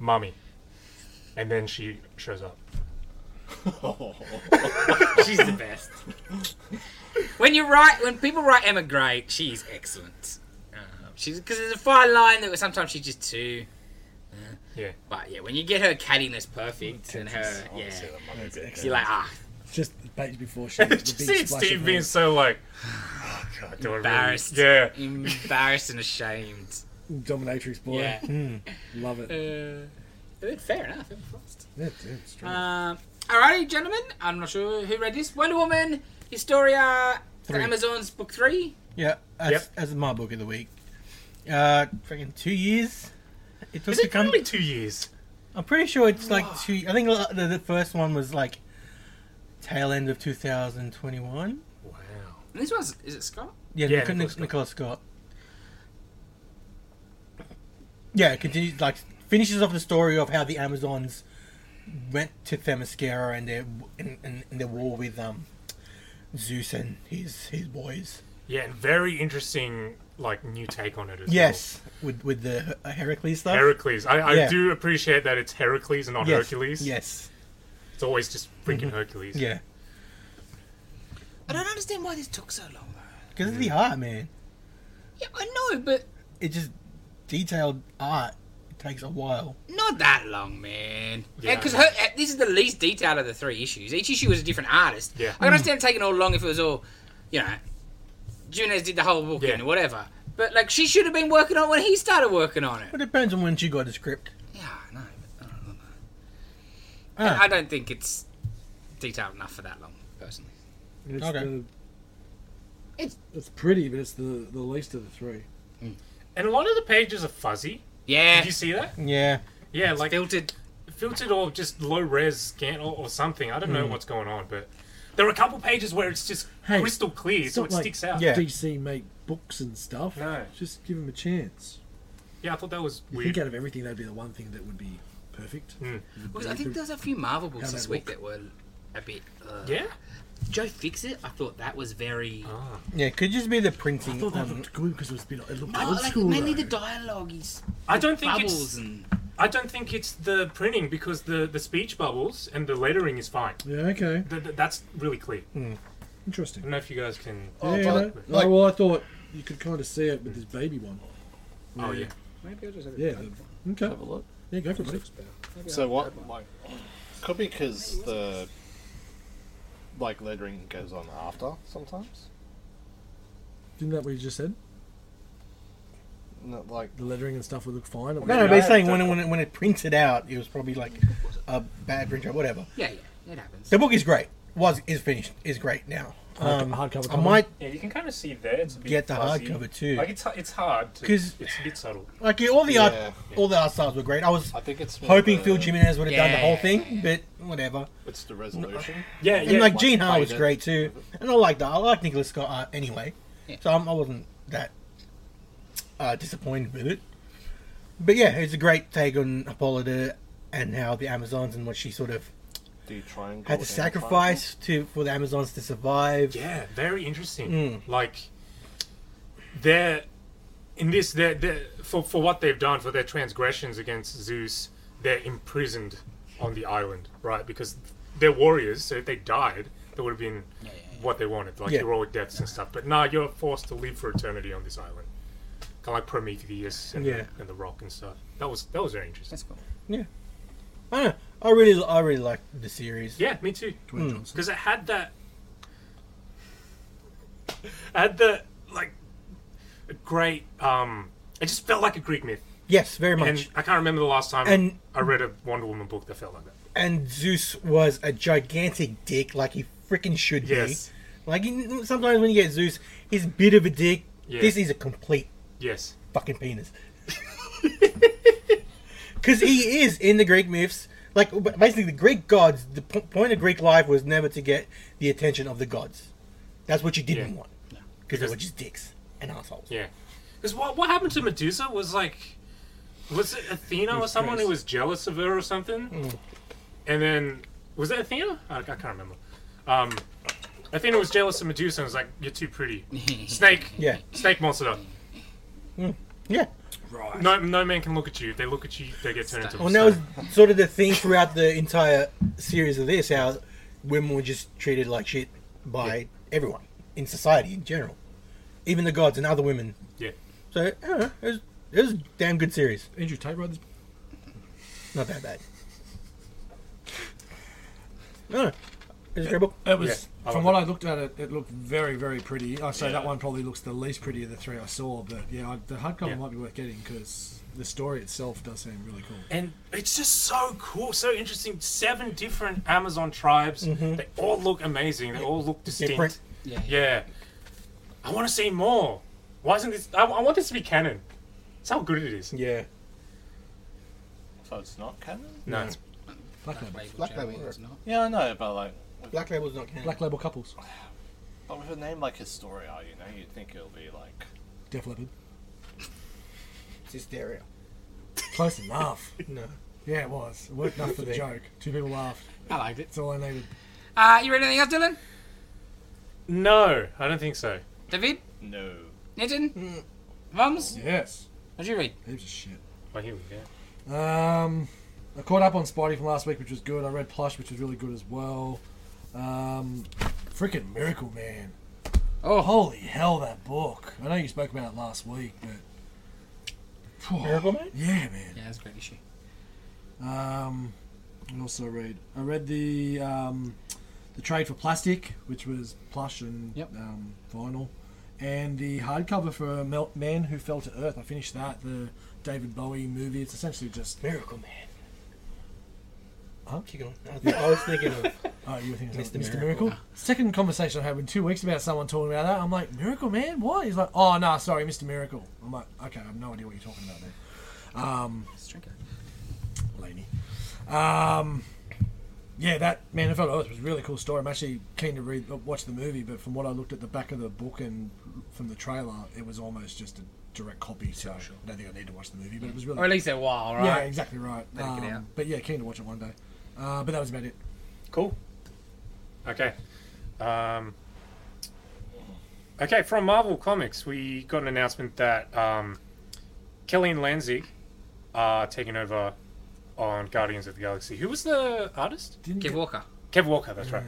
"Mummy," and then she shows up.
Oh.
Oh.
She's the best. when you write, when people write Emma Gray, she's excellent. Um, she's because there's a fine line that sometimes she's just too. uh,
Yeah.
But yeah, when you get her cattiness perfect and her, yeah,
That's excellent.
you're like ah,
It's Just the page before she. the
Just
big
see
splash of
Steve
her.
being so like, oh, God, do I really-"
Embarrassed.
Yeah,
embarrassed and ashamed.
dominatrix boy. Hmm.
Yeah.
Love it.
Uh, but fair enough. Emma Frost.
Yeah, yeah, it's true.
Um, alrighty, gentlemen. I'm not sure who read this. Wonder Woman, Historia, the
Three.
Amazon's book three.
Yeah, that's, that's my book of the week. Uh, freaking two years. It took
is
to
it Oh.
come.
only two years?
I'm pretty sure it's like two. I think la- the, the first one was like tail end of 2021.
Wow.
And this one's is it Scott?
Yeah,
Yeah,
Nic- Nic-
Nicola
Nicola,
Scott.
Scott. Yeah, it continues like finishes off the story of how the Amazons went to Themyscira and their and, and, and their war with um Zeus and his his boys.
Yeah, and very interesting, like new take on it as
Yes, with with the Her- Heracles stuff.
well. Heracles. I, I
Yeah.
do appreciate that it's Heracles and not
yes.
Hercules.
Yes.
It's always just freaking Hercules.
Yeah.
I don't understand why this took so long though.
Because of the art, man.
Yeah, I know, but
It just detailed art it takes a while.
Not that long, man.
Yeah.
Because eh, this is the least detailed of the three issues. Each issue was a different artist.
Yeah.
I can understand it taking all long if it was all, you know, Junez did the whole book
Yeah.
and whatever. But like, she should have been working on it when he started working on it.
But it depends on when she got the script.
Yeah, I know. But I don't know.
Ah.
I don't think it's detailed enough for that long, personally.
It's
okay.
The,
It's-
it's, pretty, but it's the, the least of the three.
And a lot of the pages are fuzzy.
Yeah,
Did you see that?
Yeah.
Yeah, like
filtered.
filtered or just low res scan or, or something. I don't know what's going on, but there are a couple pages where it's just
Hey,
crystal clear,
it's
so
not
it
like-
sticks out.
Yeah.
DC make books and stuff.
No.
Just give them a chance.
Yeah, I thought that was
You
weird.
think out of everything, that'd be the one thing that would be perfect.
Because I think there was a few Marvel books
How'd
this
that
week
look?
that were a bit. Uh,
yeah. Oh. Ah.
Joe Fix It. I thought that was very.
Yeah, it could just be the printing.
I thought that
on-
looked good because it was a bit. It looked
I
old
like,
school.
mainly
though.
the dialogue is
I don't think
bubbles
it's
and.
I don't think it's the printing because the the speech bubbles and the lettering is fine.
yeah. Okay.
Th- th- that's really clear. I
Interesting.
don't know if you guys can.
Oh,
yeah,
but-
no, no,
like-
well, I thought you could kind of see it with this baby one.
Oh yeah.
Maybe I'll just have a-
Yeah. the- okay.
Have a look.
Yeah, go for it. buddy.
So what? Like, could be because the like lettering goes on after sometimes.
Didn't that what you just said?
Not like
The lettering and stuff would look fine.
No, no, but he's saying when it, when it, when it printed out, it was probably like a bad print job, whatever.
Yeah, yeah, it happens.
The book is great. Was is finished. Is great now.
Hard-
Um,
hardcover
I
cover.
might
Yeah, you can kind of see there. It's a bit
get the
fuzzy.
hardcover too.
Like it's it's hard. to-
'Cause-
it's a bit subtle.
Like yeah, all the
Yeah.
art, all the art styles were great. I was
I think it's more
hoping
the-
Phil Jimenez would have done the
Yeah.
whole thing, but whatever.
It's the resolution.
Yeah, yeah.
And like
like
Gene Hart was
faded.
great too, and I like that. I like Nicholas Scott art anyway,
Yeah.
so I'm, I wasn't that uh, disappointed with it. But yeah, it's a great take on Hippolyta and how the Amazons and what she sort of
Do you try and
had
Oh,
to sacrifice to for the Amazons to survive.
Yeah, very interesting.
Hmm.
Like they're in this they're, they're for for what they've done for their transgressions against Zeus, they're imprisoned on the island, right? Because they're warriors, so if they died, that would have been what they wanted, like
Yeah.
heroic deaths and stuff. But nah, you're forced to live for eternity on this island. Kind of like Prometheus and,
Yeah.
and the Rock and stuff. That was that was very interesting.
That's cool.
I don't know. I really, I really like the series.
Yeah, me too.
Hmm.
Dwayne Johnson.
Because it had that, it had the like a great. um It just felt like a Greek myth,
Yes, very much.
and I can't remember the last time
And-
I read a Wonder Woman book that felt like that.
and Zeus was a gigantic dick, like he freaking should
Yes.
be. Like he, sometimes when you get Zeus, he's a bit of a dick.
Yeah.
This is a complete
Yes.
fucking penis. Because he is in the Greek myths. Like b- basically, the Greek gods. The po- point of Greek life was never to get the attention of the gods. That's what you didn't
Yeah.
want. Because they
Because-
were just dicks and assholes.
Yeah. Because what, what happened to Medusa was like, was it Athena or someone who was jealous of her or something?
Hmm.
And then, was it Athena? I, I can't remember. Um, Athena was jealous of Medusa and was like, you're too pretty. Snake.
Yeah.
Snake monster.
Yeah.
Right.
No, no man can look at you. If they look at you, they get turned into a
Well,
snake.
that was sort of the theme throughout the entire series of this how women were just treated like shit by everyone in society in general, even the gods and other women.
Yeah.
So, I don't know, it was, it was a damn good series.
Andrew Tate wrote this.
Not that bad. No, it Uh, was a great book.
It was
Yeah, I
from
love
what I looked at it. It looked very, very pretty. I say that one probably looks the least pretty of the three I saw, but yeah, I, the hardcover
Yeah.
might be worth getting because the story itself does seem really cool.
And it's just so cool, so interesting. Seven different Amazon tribes. They all look amazing. They all look distinct.
Mm-hmm. Different.
Yeah.
Yeah. I want to see more. Why isn't this? I, I want this to be canon. That's how good it is.
Yeah.
So it's not canon.
No, it's
Black label,
Label
Black
Channel,
Label.
it's not.
Yeah, I know, but like, with,
Black Label's not canon.
black label couples,
but with a name like Historia, you know, you'd think it'll be like
Def Leppard.
It's hysteria.
Close enough.
No.
Yeah, it was. It worked enough for the joke. Two people laughed.
I liked it.
That's all I needed.
Uh, you read anything else, Dylan?
no, I don't think so.
David?
no.
Nitin?
Mm.
Mums?
Yes.
What'd you read?
Heaps of shit.
I hear yeah.
Um, I caught up on Spidey from last week, which was good. I read Plush, which was really good as well. Um, freaking Miracle Man.
Oh.
Holy hell, that book. I know you spoke about it last week, but. Phew.
Miracle Man?
Yeah, man.
Yeah, that's a great issue.
Um, I also read. I read the um, the trade for plastic, which was plush and
Yep.
um, vinyl, and the hardcover for Mel- Man Who Fell to Earth. I finished that. The David Bowie movie. It's essentially just.
Miracle Man.
Huh?
Keep going. I was, I was thinking of.
Oh, you were thinking of
Mr.
Mr. Miracle.
Miracle.
Second conversation I had in two weeks about someone talking about that. I'm like, Miracle Man, what? He's like, oh no, sorry, Mr. Miracle. I'm like, okay, I have no idea what you're talking about there.
Let's drink it.
Laney. Um, yeah, that Man of Fell to Earth was a really cool story. I'm actually keen to read, watch the movie, but from what I looked at the back of the book and from the trailer, it was almost just a direct copy. So I don't think I need to watch the movie, but it was really.
Or at least a while,
yeah,
right?
exactly right.
Let it get
Um,
out.
but yeah, keen to watch it one day. Uh, but that was about it.
Cool. Okay. Um, okay, from Marvel Comics, we got an announcement that um, Kelly and Lanzig are taking over on Guardians of the Galaxy. Who was the artist?
Didn't
Give Walker.
Kev Walker, that's right.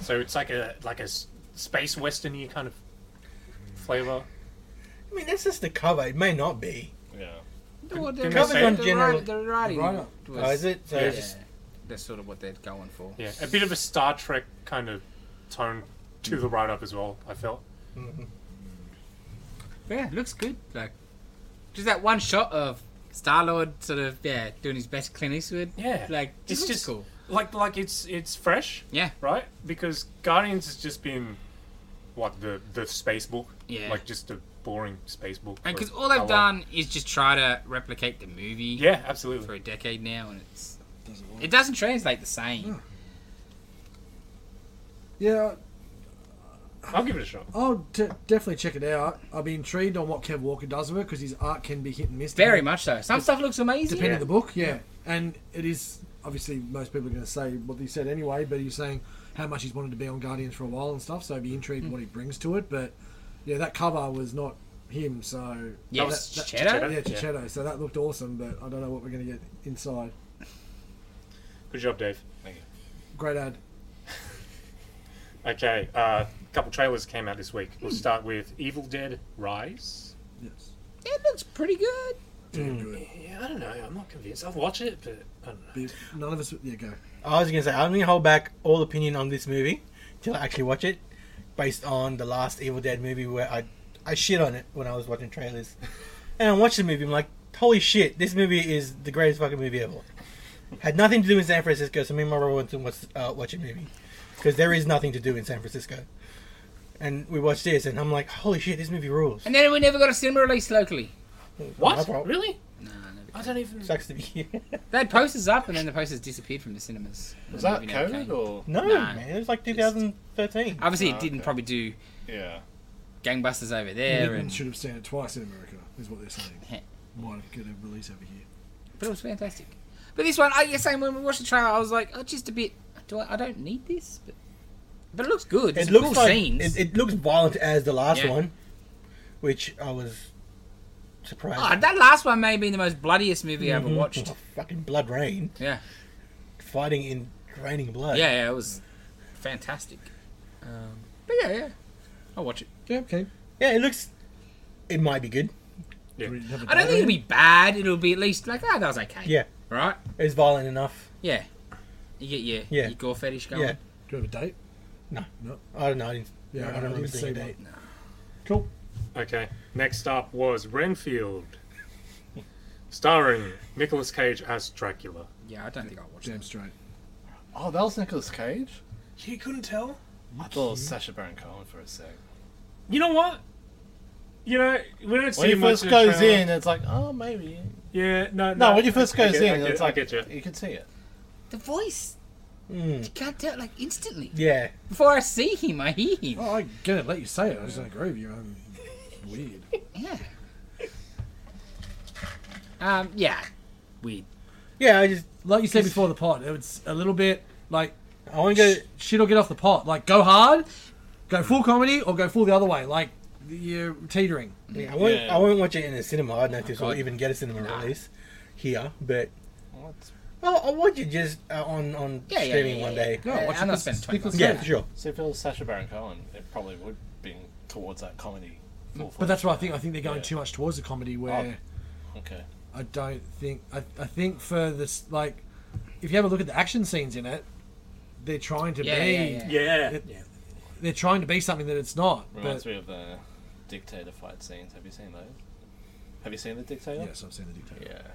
So it's like a like a s- space western-y kind of flavor.
I mean, that's just the cover. It may not be.
Yeah.
Well, the,
Didn't
they say
the,
it?
the,
General-
writing- the writing
Right.
was,
Oh, is it? So
Yeah.
it's
Yeah,
just-
that's sort of what they're going for.
Yeah, a bit of a Star Trek kind of tone to the write up as well. I felt.
But yeah, it looks good. Like, just that one shot of Star Lord sort of yeah doing his best Clint Eastwood.
Yeah.
like
It's
it's
just-
just cool.
Like like it's it's fresh,
Yeah,
right? Because Guardians has just been what the the space book,
Yeah.
like just a boring space book.
and
for
because all
a
they've
while.
done is just try to replicate the movie.
Yeah,
for
absolutely.
a decade now, and it's
Doesn't work.
it doesn't translate the
Hmm.
same.
Yeah,
I'll give it a shot.
I'll de- definitely check it out. I'll be intrigued on what Kev Walker does with it because his art can be hit and miss.
Very much so. Some stuff looks amazing.
depending on the book. Yeah. and it is obviously most people are going to say what he said anyway, but he's saying how much he's wanted to be on Guardians for a while and stuff. So I'd be intrigued
Mm.
what he brings to it. But yeah, that cover was not him. So
Yeah,
That
that,
was
cheddar.
cheddar.
yeah,
Yeah.
Chichetto. So that looked awesome, but I don't know what we're going to get inside.
Good job, Dave.
Great ad.
Okay, uh, couple trailers came out this week. We'll
Hmm.
start with Evil Dead Rise.
Yes.
It looks pretty good.
Yeah, I don't know. I'm not convinced. I'll watch it, but I don't know.
Be- None of us. Yeah, go.
I was gonna say I'm gonna hold back all opinion on this movie till I actually watch it, based on the last Evil Dead movie where I I shit on it when I was watching trailers, and I watched the movie. I'm like, holy shit, this movie is the greatest fucking movie ever. Had nothing to do in San Francisco, so me and my brother went to watch, uh, watch a movie because there is nothing to do in San Francisco, and we watched this, and I'm like, holy shit, this movie rules.
And then we never got a cinema release locally.
My
What?
fault.
Really?
No, never.
I don't even.
Sucks to be here.
They had posters up, and then the posters disappeared from the cinemas.
Was
The
that
movie never
COVID
came.
or
no,
Nah.
man, it was like 2013.
Obviously,
Oh,
it didn't
okay.
probably do
yeah?
gangbusters over there,
Nickman
and,
should have seen it twice in America, is what they're saying. Might have get a release over here.
but it was fantastic. But this one, I guess, same when we watched the trailer, I was like, oh, just a bit. Do I? I don't need this, but but it looks good. It's
it looks
cool
like
scenes.
It, it looks violent as the last
Yeah.
one, which I was surprised.
Oh, that last one may have been the most bloodiest movie I ever
Mhm.
watched.
Oh, fucking blood rain,
Yeah,
fighting in raining blood.
yeah, yeah. It was fantastic. Um, but yeah, yeah. I'll watch it.
Yeah, okay.
yeah. It looks. It might be good.
Do we have a
I don't think
diary?
it'll be bad. It'll be at least like, ah, that was okay.
Yeah,
Right?
it's violent enough.
Yeah. You get your,
Yeah.
your gore fetish going.
Yeah.
Do we have a date?
I don't know. I didn't,
Yeah,
I
I
don't remember
didn't
seeing
see
that.
Okay. Next up was Renfield, starring Nicolas Cage as Dracula.
Yeah, I don't think I'll watch
Damn
that.
straight.
Oh, that was Nicolas Cage.
You couldn't tell?
I thought it was Sacha Baron Cohen for a sec.
You know what? You know, we don't
When
see
he
much
first
of
goes
trailer.
in, it's like, oh, maybe.
Yeah,
No,
no, no.
when he first
I
goes
get- I
in,
get-
it's
I
like
get you.
you can see it.
The voice,
Mm,
you can't tell, like, instantly.
yeah,
Before I see him, I hear him.
Oh, I get it. Let you say it. I just don't agree with you. I'm weird.
Yeah. Um, yeah. Weird.
yeah. I just
Like you said before the pot, it's a little bit like
I want to go.
shit will get off the pot. Like go hard, go full comedy, or go full the other way. Like you're teetering.
Yeah, I won't.
Yeah.
I won't watch it in a cinema. I don't know if this will
Oh, God.
even get a cinema
Nah.
release here, but
Well, it's-
I'll, I'll watch it just uh, on on
Yeah, yeah,
streaming
yeah,
one
yeah,
day.
No,
Yeah,
watch
I'm
it
not
this-
spending 20
because-
bucks.
Yeah, for sure.
So if it was Sacha Baron Cohen, it probably would be towards that comedy. full
But
force.
that's what I think. I think they're going
Yeah.
too much towards the comedy where
Okay.
I don't think. I, I think for this, like, if you have a look at the action scenes in it, they're trying to
Yeah,
be.
yeah, yeah.
Yeah.
It- They're trying to be something that it's not.
Reminds
but,
me of the dictator fight scenes. Have you seen those? Have you seen the dictator?
yes, I've seen the dictator.
Yeah.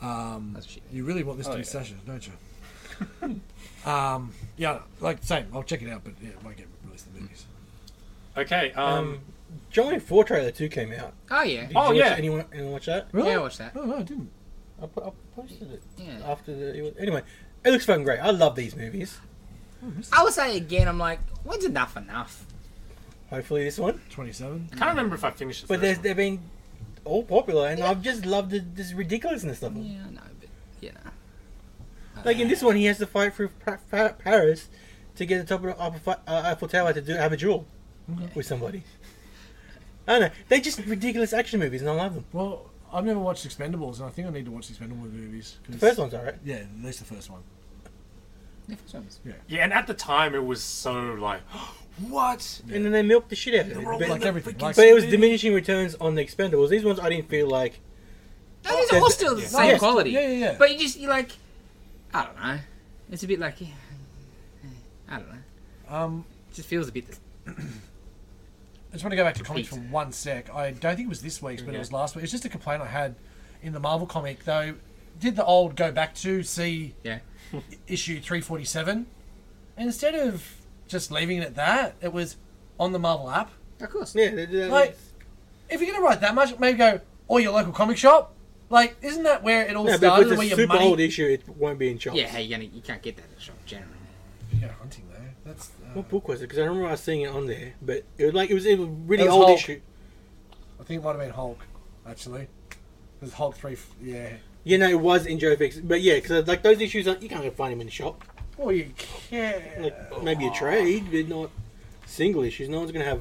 Um,
That's shit.
You really want this
Oh,
to be
yeah.
Sasha, don't you? um, yeah, like same. I'll check it out, but yeah, it won't get released in the movies.
Mm.
Okay. Um.
Um, Johnny Four trailer two came out.
Oh, yeah.
Did
Oh,
you watch-
yeah.
Anyone, anyone watch that?
Really?
Yeah, I watched that.
Oh no, I didn't.
I, put, I posted it
Yeah.
after the. it was- Anyway, it looks fucking great. I love these movies.
I would say again, I'm like, when's enough enough?
Hopefully, this one.
Twenty-seven.
I can't remember if I finished. The
But
first one.
they've, they've been all popular, and I've just loved the, this ridiculousness of them.
Yeah, I know, but, you know.
Like in this one, he has to fight through pa- pa- Paris to get the top of the Eiffel, fi- uh, Eiffel Tower to do have a duel with somebody. I don't know. They're just ridiculous action movies, and I love them.
Well, I've never watched Expendables, and I think I need to watch the Expendable movies. 'cause-
The first one's alright.
Yeah, at least the first one.
Yeah, first one was-
Yeah, and at the time it was so like, what?
And then they milked the shit out of it.
They're all
But,
like
the
everything,
freaking
like-
but it was
same.
diminishing returns on the Expendables. These ones I didn't feel like.
No, these are all still the same
Yeah.
quality.
Yeah, yeah, yeah.
But you just, you like, I don't know. It's a bit like, yeah, I don't know.
Um,
It just feels a bit.
I just want to go back to comics for
Pizza.
one sec. I don't think it was this week's, but it
Okay.
was last week. It's just a complaint I had in the Marvel comic. Though, did the old go back to see
Yeah.
issue 347? And instead of just leaving it at that, it was on the Marvel app.
Of course.
Yeah, they did that.
Like, if you're gonna write that much, maybe go or your local comic shop. Like, isn't that where it all
No, but
started?
if
Where
it's a
your
super
money?
old issue, it won't be in shops.
Yeah, hey, you, gonna, you can't get that at the shop generally.
You go hunting though. That's uh,
What book was it? Because I remember I was seeing it on there, but it was like it was it was really
It was
old
Hulk.
issue.
I think it might have been Hulk, actually. There's Hulk three. f- Yeah.
Yeah, no, it was in Joe Fix, but yeah, because like those issues, like, you can't go find them in the shop.
Oh, you care.
Like maybe a trade, but not single issues. No one's gonna have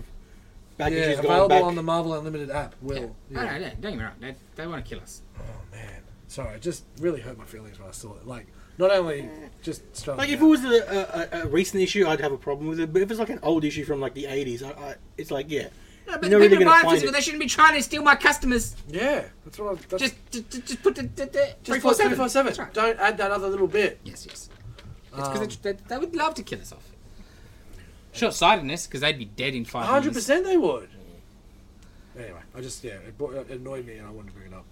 back
yeah,
issues
available
going back.
on the Marvel Unlimited app. Will.
I don't know, don't get me wrong. They, they want to kill us.
Oh man, sorry, it just really hurt my feelings when I saw it. Like, Not only just straight
Like
up
if it
and
was a, a, a- a recent issue, I'd have a problem with it. But if it's like an old issue from like the '80s, I, I, it's like
No,
yeah, You're
but
not
the
really
people
gonna
buying
find
physical,
it.
they shouldn't be trying to steal my customers.
down. yeah, that's what I. That's
Just, just, just put the, the, the
just
347.
347.
That's right. Um,
Don't add that other little bit.
Yes, yes. It's because they, they, they would love to kill us off. Short sightedness, because they'd be dead in five
hundred
minutes.
percent, they would. Anyway, I just yeah, it, bo- it annoyed me, and I wanted to bring it up.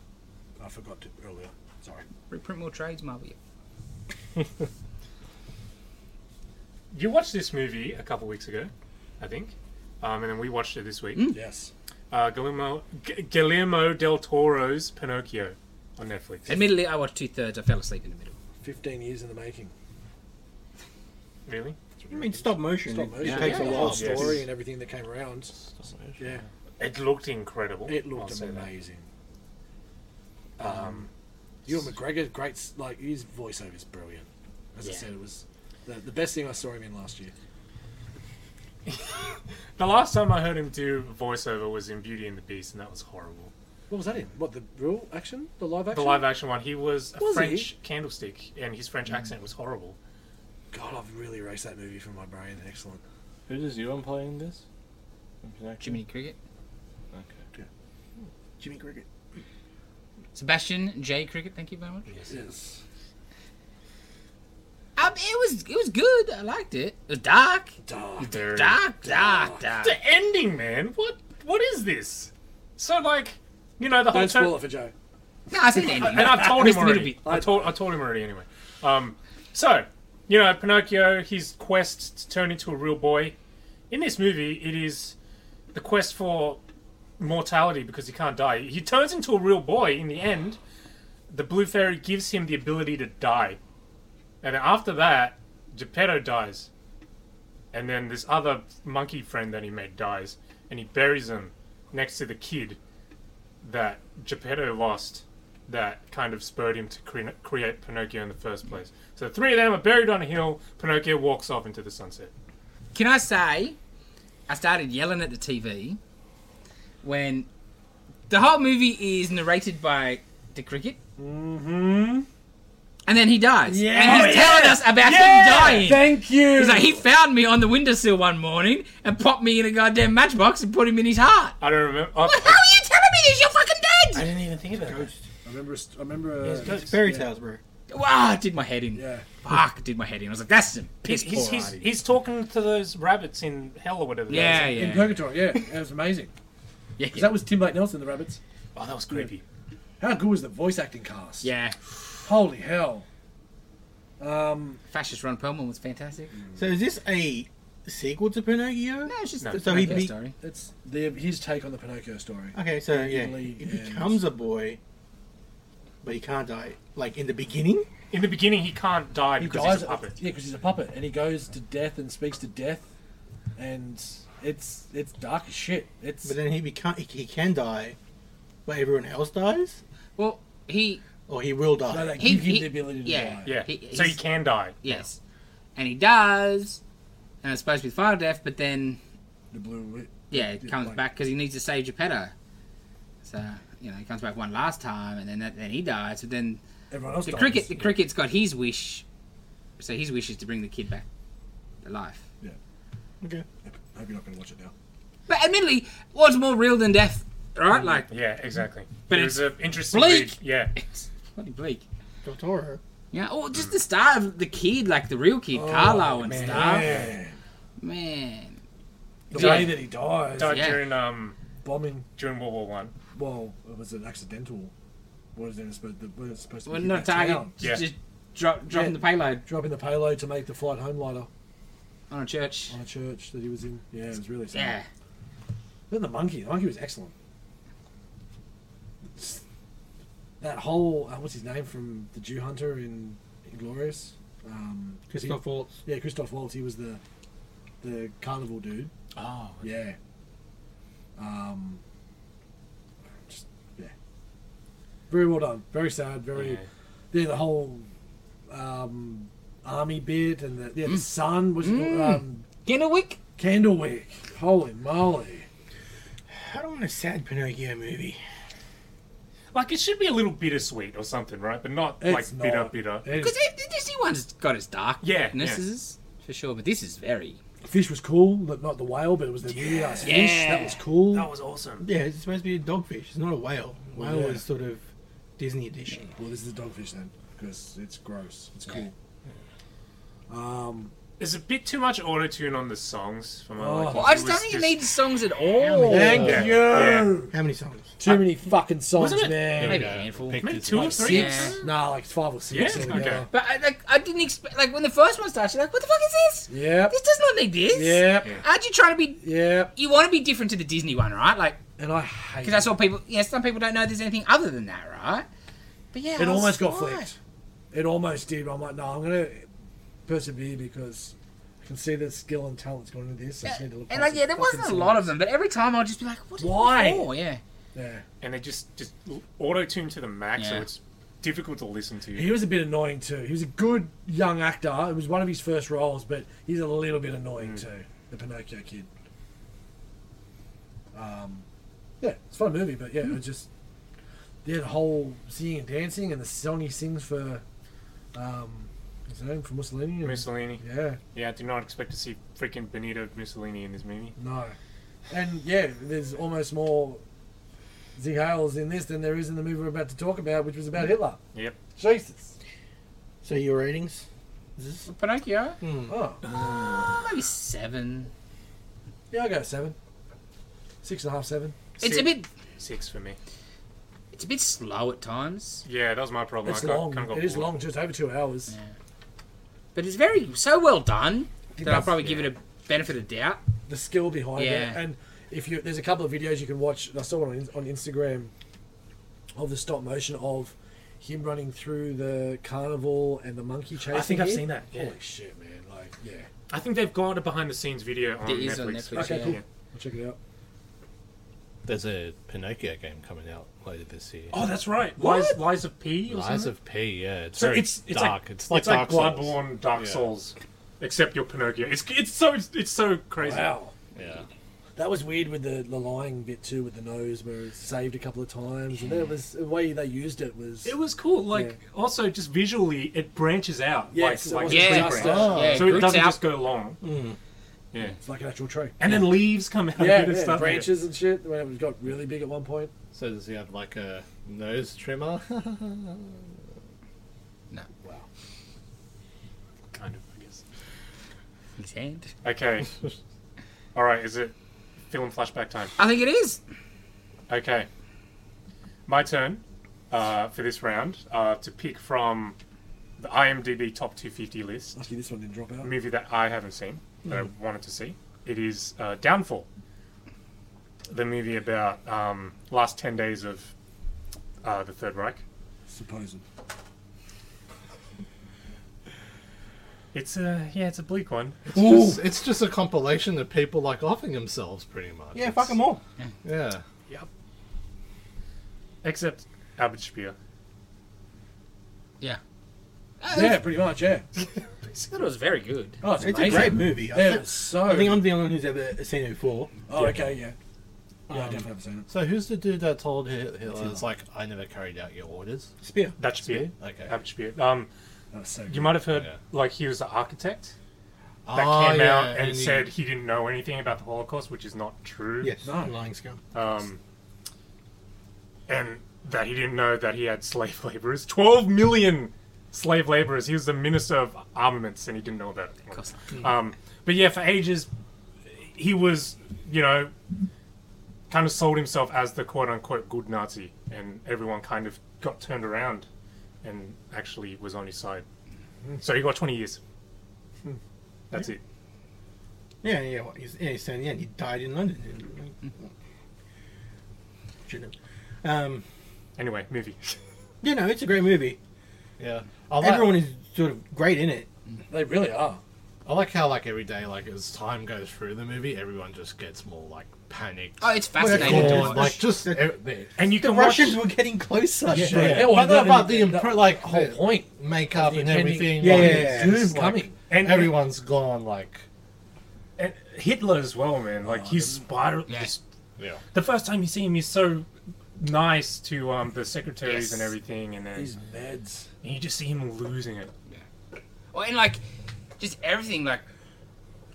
I forgot to earlier. Sorry.
Reprint more trades, Marvel. yeah.
You watched this movie a couple weeks ago, I think, um, and then we watched it this week.
Yes.
Uh, Guillermo, G- Guillermo del Toro's Pinocchio on Netflix.
Admittedly, I watched two thirds. I fell asleep in the middle.
Fifteen years in the making.
really?
I mean stop motion.
Stop motion.
It takes a
yeah.
while.
Yes.
Story and everything that came around. Yeah.
It looked incredible.
It
I'll
looked
say that.
amazing. Um, Ewan McGregor, great. s- Like his voiceover's brilliant. As I
Yeah.
said, it was the, the best thing I saw him in last year.
The last time I heard him do a voiceover was in Beauty and the Beast, and that was horrible.
What was that in? What the real action? The live
The
action?
live action one, he was a
Was he? Mm.
French candlestick, and his French accent was horrible.
God, I've really erased that movie from my brain. Excellent.
Who does you on playing this?
Jiminy Cricket.
Okay.
Jimmy Cricket.
Sebastian J. Cricket, thank you very much.
Yes.
Um, it was it was good. I liked it. It was dark.
Dark.
Very-
Dark, dark, dark.
The ending, man. What? What is this? So like, you know, the whole
Don't
turn-
spoil it for Joe.
No, I said ending.
and I've told him
Missed a little
already.
bit.
I told I told him already anyway. Um, so you know, Pinocchio, his quest to turn into a real boy. In this movie, it is the quest for mortality because he can't die. He turns into a real boy in the end. The blue fairy gives him the ability to die, and then after that, Geppetto dies, and then this other monkey friend that he made dies, and he buries him next to the kid that Geppetto lost that kind of spurred him to cre- create Pinocchio in the first place. So the three of them are buried on a hill. Pinocchio walks off into the sunset.
Can I say, I started yelling at the TV when the whole movie is narrated by the cricket. Mm-hmm. And then he dies. Yeah. And he's telling us about him dying.
Thank you.
He's like, he found me on the windowsill one morning and popped me in a goddamn matchbox and put him in his heart.
I don't remember. oh,
What? How are you telling me this? You're fucking dead!
didn't even think about it.
I remember. a st- I remember. Uh,
It's fairy tales, bro.
Wow, I did my head in.
yeah.
Fuck, I did my head in. I was like, that's some piss
he's,
poor
he's, he's,
writing.
he's talking to those rabbits in hell or whatever. they
Yeah,
are.
yeah.
In Purgatory. Yeah, it was amazing.
yeah,
Because
yeah.
that was Tim Blake Nelson, the Rabbits.
Oh, that was creepy.
How good was the voice acting cast?
yeah.
Holy hell. Um,
Fascist Ron Perlman was fantastic.
So is this a sequel to Pinocchio?
No, it's just
No.
the
So he
Pinocchio
beat-
story.
It's the, his take on the Pinocchio story.
Okay, so yeah,
Italy
he
and-
becomes a boy, but he can't die. Like in the beginning,
In the beginning, he can't die
He
because
dies
he's a
at-
puppet.
Yeah, because he's a puppet, and he goes to death and speaks to death, and it's it's dark as shit. It's
but then he become he, he can die, but everyone else dies,
Well, he
or he will
no,
die.
they
he,
give him
he-
the ability to
yeah,
die.
Yeah.
He-
so he
he's-
can die.
Yes, and he does, and it's supposed to be the final death, but then
The blue. wi-
yeah, it
Yeah,
comes
like-
back because he needs to save Geppetto. So you know, he comes back one last time, and then that, then he dies. But then
Everyone else.
the
dies.
cricket, the cricket's got his wish, so his wish is to bring the kid back to life.
I hope you're not going to watch it now.
But admittedly, what's more real than death, right?
Mm.
Like
Yeah, exactly.
But
it
it's
was an interesting
bleak.
read. Yeah.
it's bloody bleak.
Del Toro.
Yeah, or just the start of the kid, like the real
Oh,
kid, Carlo and stuff.
Yeah.
Man,
The
Yeah.
way that he dies,
Died
Yeah.
during um
bombing.
during World War One.
Well, it was an accidental. What is it supposed to? What is it supposed to
we're
be?
not
that
target.
town.
Just,
Yeah.
just drop, dropping
Yeah.
the payload
Dropping the payload to make the flight home lighter
on a church.
on a church that he was in. Yeah, it was really sad.
Yeah.
Then the monkey. The monkey was excellent. S- That whole uh, what's his name from the Jew Hunter in Inglorious? Um,
Christoph Waltz.
he- yeah, Christoph Waltz. He was the the carnival dude.
Oh.
Yeah. Um. Just yeah. Very well done. Very sad. Very.
Yeah.
Yeah, the whole um, army bit and the, yeah, the sun was um,
Kennewick?
Candlewick. Holy moly!
I don't want a sad Pinocchio movie.
Like it should be a little bittersweet or something, right? But not like
It's not.
bitter, bitter.
Because the Disney one's got its
Yeah,
darknesses for sure, but this is very.
Fish was cool, but not the whale, but it was the meaty ass fish.
Yeah.
That was cool.
was awesome.
Yeah, it's supposed to be a dogfish. It's not a whale. Whale
yeah.
is sort of Disney edition.
Well, this is the dogfish then, because it's gross. It's cool. Um,
There's a bit too much auto tune on the songs for my
Oh.
liking.
Well, I just
It
don't
was
think it
just-
needs songs at all.
Thank
Yeah.
you.
Yeah.
How many songs?
Too many fucking songs,
Wasn't it-
There
man.
we
Maybe
go.
a handful.
Picked
Maybe
this
two or
one.
three.
Yeah.
Nah, like five or six.
Yeah?
altogether.
But I, like, I didn't expect. Like when the first one started, you're like, what the fuck is this?
Yep.
This does not need this.
Yep.
Yeah.
Aren't you trying to be?
Yep.
You want to be different to the Disney one, right? Like
And I hate
because that's all people. Yeah, some people don't know there's anything other than that, right? But yeah,
It
I was
almost got
like-
flipped. It almost did. but I'm like, no, I'm gonna persevere because I can see the skill and talent's going into this. I just need to look
And
past
like,
the
yeah, there
fucking
wasn't a lot of
songs.
them, but every time I'd just be like, what is
Why?
This for? Yeah.
Yeah.
And they just just auto tune to the max, so
Yeah.
it's difficult to listen to.
He was a bit annoying too. He was a good young actor. It was one of his first roles, but he's a little bit annoying too. The Pinocchio kid. Um, yeah, it's a fun movie, but yeah, it was just yeah, the whole singing and dancing and the song he sings for um, his name for Mussolini. and-
Mussolini.
Yeah,
Yeah, I do not expect to see freaking Benito Mussolini in this movie.
no, and yeah, there's almost more Z Hales in this than there is in the movie we're about to talk about, which was about Hitler.
Yep.
Jesus.
So your ratings? Is this
Pinocchio?
Hmm.
Oh,
Oh, maybe seven.
yeah, I go seven, six and a half, seven.
It's
Six.
a bit.
Six for me.
It's a bit slow at times,
Yeah, that was my problem.
It's
I got,
long.
Kind of got
it is
bored.
long, just over two hours.
but it's very so well done that I'll
that's-
probably give it a benefit of doubt.
The skill behind it,
Yeah.
and if you there's a couple of videos you can watch. I saw one on, on Instagram of the stop motion of him running through the carnival and the monkey chasing.
I think I've
him.
seen that. Yeah.
Holy shit, man! Like, yeah,
I think they've got a behind the scenes video on
It
Netflix.
is on Netflix,
Okay, yeah. cool.
Yeah.
I'll check it out.
There's a Pinocchio game coming out later this year.
Oh, that's right.
What?
Lies, Lies of P or
Lies
something?
of P, yeah. It's
So
very
it's, it's
dark.
like
it's like
it's like
Dark Souls.
Bloodborne, Dark
Yeah.
Souls, except you're Pinocchio. It's it's so it's so crazy.
Wow.
Yeah.
That was weird with the, the lying bit too, with the nose where it's saved a couple of times, and it was the way they used it was.
It was cool. Like also just visually, it branches out.
Yes,
like,
it
like
wasn't
a
Yeah,
tree
just
branch.
a-
yeah,
Oh, so it
roots
doesn't
out.
just go long. Yeah,
it's like an actual tree.
and then leaves come out.
Yeah,
of it and
yeah,
stuff.
branches and shit. When it got really big at one point.
So does he have like a nose trimmer?
Kind of, I guess.
His hand.
Okay. All right. Is it film flashback time?
I think it is.
Okay. My turn uh, for this round uh, to pick from the IMDb top 250 list
Lucky this one didn't drop
a
out.
movie that I haven't seen that I wanted to see. It is uh, Downfall, the movie about um, last ten days of uh, the Third Reich.
Supposed.
It's a yeah, it's a bleak one.
It's just, it's just a compilation of people like offing themselves, pretty much.
Yeah,
It's-
fuck them all.
Yeah.
Except Albert Speer.
Yeah.
Yeah, pretty much. Yeah.
I thought it was very good.
Oh, it's,
It's a
amazing.
great movie. I,
Yeah,
think,
it's so.
I think I'm the only one who's ever seen it before.
oh, okay, yeah. Yeah, I
Um,
definitely haven't seen it.
So who's the dude that told Hit- Hitler? It's like I never carried out your orders.
Spear.
That's Speer.
Okay.
Albert Speer. Um,
That was so
you
good.
might have heard
Yeah.
like he was the architect
Oh,
that came
yeah,
out and,
he-
said he didn't know anything about the Holocaust, which is not true.
Yes.
No.
Lying scum.
Um, and that he didn't know that he had slave laborers. 12 million slave laborers. He was the minister of armaments and he didn't know about it.
Of course.
Um, but yeah, for ages, he was, you know, kind of sold himself as the quote unquote good Nazi, and everyone kind of got turned around and actually was on his side. So he got 20 years. Hmm. That's it.
Yeah, yeah. Well, he's, yeah, he's saying, yeah, he died in London. didn't he? Shouldn't. Um,
Anyway, movie.
yeah, no, it's a great movie.
Yeah. I like,
Everyone is sort of great in it.
They really are.
I like how like every day, like as time goes through the movie, everyone just gets more like panicked.
Oh, it's
Or,
fascinating. to watch.
like just
The-
ev- they-
And you
The
can watch.
Russians were getting closer.
yeah.
Yeah, well,
but no,
that-
but the
that-
impro- like
Whole
the
point.
makeup
The
and
impending-
everything.
Yeah,
like,
yeah, yeah.
it's
Doom
like,
coming.
And
everyone's gone. Like
And Hitler as well, man. Like he's spiral.
Oh, Yeah.
just-
yeah,
The first time you see him, he's so nice to um, the secretaries
Yes.
and everything, and then
These meds.
and you just see him losing it.
Well, and like, just everything, like,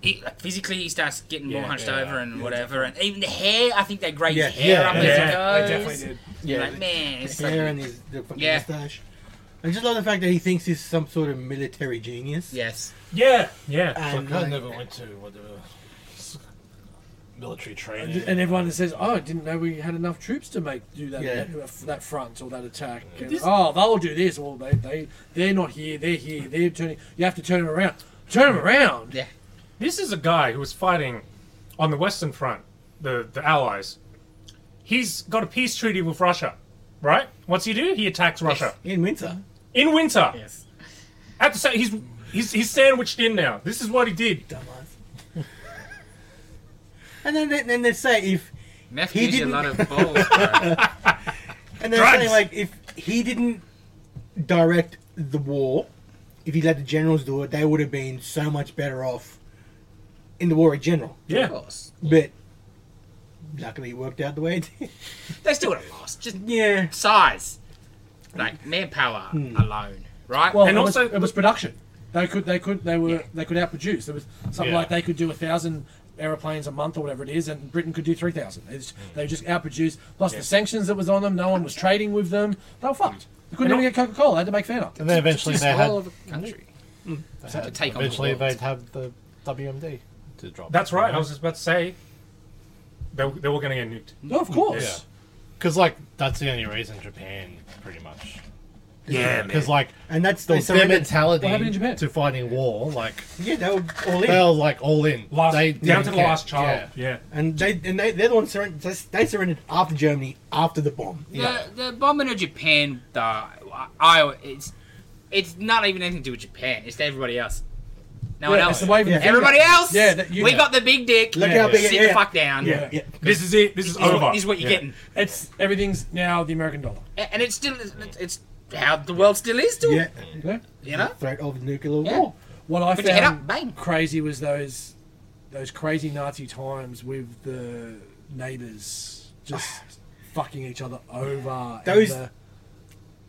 he, like physically he starts getting more
Yeah,
hunched
yeah,
over and whatever, and even the hair. I think they grade
Yeah,
his hair
yeah,
up
yeah,
as
They
it goes.
definitely did.
You're
Yeah,
like, man, it's
hair
like,
and his the fucking
Yeah.
mustache. I just love the fact that he thinks he's some sort of military genius.
yes,
Yeah, yeah.
And
I
like,
never went to whatever s- military training.
And everyone that says, "Oh, I didn't know we had enough troops to make do that
Yeah.
that, that front or that attack." And, oh, they'll do this. Well, they they they're not here. They're here. They're turning. You have to turn them around. Turn them around.
yeah,
This is a guy who was fighting on the Western Front, the the Allies. He's got a peace treaty with Russia, right? What's he do? He attacks Russia
in winter.
in winter.
yes.
At the sa- he's he's he's sandwiched in now. This is what he did.
Dumbass. and then they, then they say if
Meth
He
gives you a
didn't-
lot of balls. bro.
and they're saying
Drugs.
like if he didn't direct the war, if he let the generals do it, they would have been so much better off in the war in general.
Of
Yeah,
course.
But luckily it worked out the way it did.
They still would have lost. Just
yeah.
size, like manpower alone, right?
Well,
And
and also
also-
it was production. They could they could they were
Yeah.
they could outproduce. There was something
Yeah.
like they could do a thousand aeroplanes a month or whatever it is, and Britain could do three thousand. They just outproduced. Plus the sanctions that was on them. No one was trading with them. They were fucked. They couldn't
And
even get Coca Cola. They had to make Fanta.
and then eventually
Just
they
all
had,
of a country.
they
such a
had-
take on the
eventually
world.
they'd have the WMD to drop.
that's right. I was just about to say they they were going to get nuked.
No, of course.
Yeah. Because, like, that's the only reason Japan, pretty much.
Yeah,
Because, like,
And that's
the,
they
their
surrendered.
mentality
What happened in Japan?
to fighting war, like,
Yeah, they were all in.
they were, like, all in.
Last,
they
down
didn't
to the
care.
last child. Yeah.
And they and they they're the ones surrendered. They surrendered after Germany, after the bomb.
The, the bombing of Japan, the I, I- it's it's not even anything to do with Japan. It's to everybody else. No one
Yeah,
else.
it's the way we-
Everybody else.
Yeah, that- you-
we got the big dick.
Look how big it-
Sit
yeah.
the fuck down.
Yeah, yeah.
This is it. This is
This is,
over.
what, this is what you're
Yeah.
getting,
It's everything's now the American dollar.
A- and it's still it's, it's how the world still is. Still,
yeah.
Yeah.
you know.
Threat of nuclear
Yeah.
war.
What I
Put your head up,
found
bang.
crazy was those those crazy Nazi times with the neighbors
Ah.
just fucking each other over. and
Those-
the-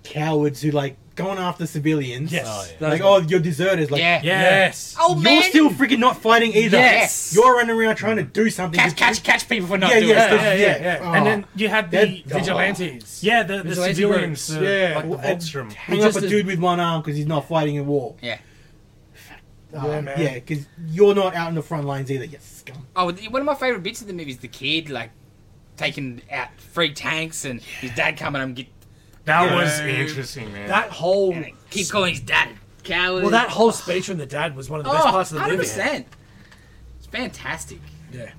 Cowards who like going after civilians.
yes,
Oh, yeah.
those
Like,
ones.
oh, you're deserters. Like,
yeah.
Yeah.
yes.
Oh
you're
man.
still freaking not fighting either.
Yes.
You're running around trying to do something.
catch catch catch people for not
Yeah,
doing
yeah,
stuff.
yeah, Oh. yeah.
And then you had the
That-
Vigilantes.
yeah the, the
vigilante
civilians.
groups.
Uh,
Yeah.
Like the
And-
Volstrom.
Hang
Just
up a
as-
dude with one arm because he's not fighting a war.
Yeah.
yeah,
man.
because you're not out in the front lines either. Yes, scum.
Oh, the- one of my favorite bits of the movie is the kid like taking out free tanks and his dad coming and get
That
Yeah.
was interesting, man.
That whole
and keep calling his dad a coward. Oh,
well, that whole speech from the dad was one of the best parts of the movie.
100%. It's fantastic.
Yeah.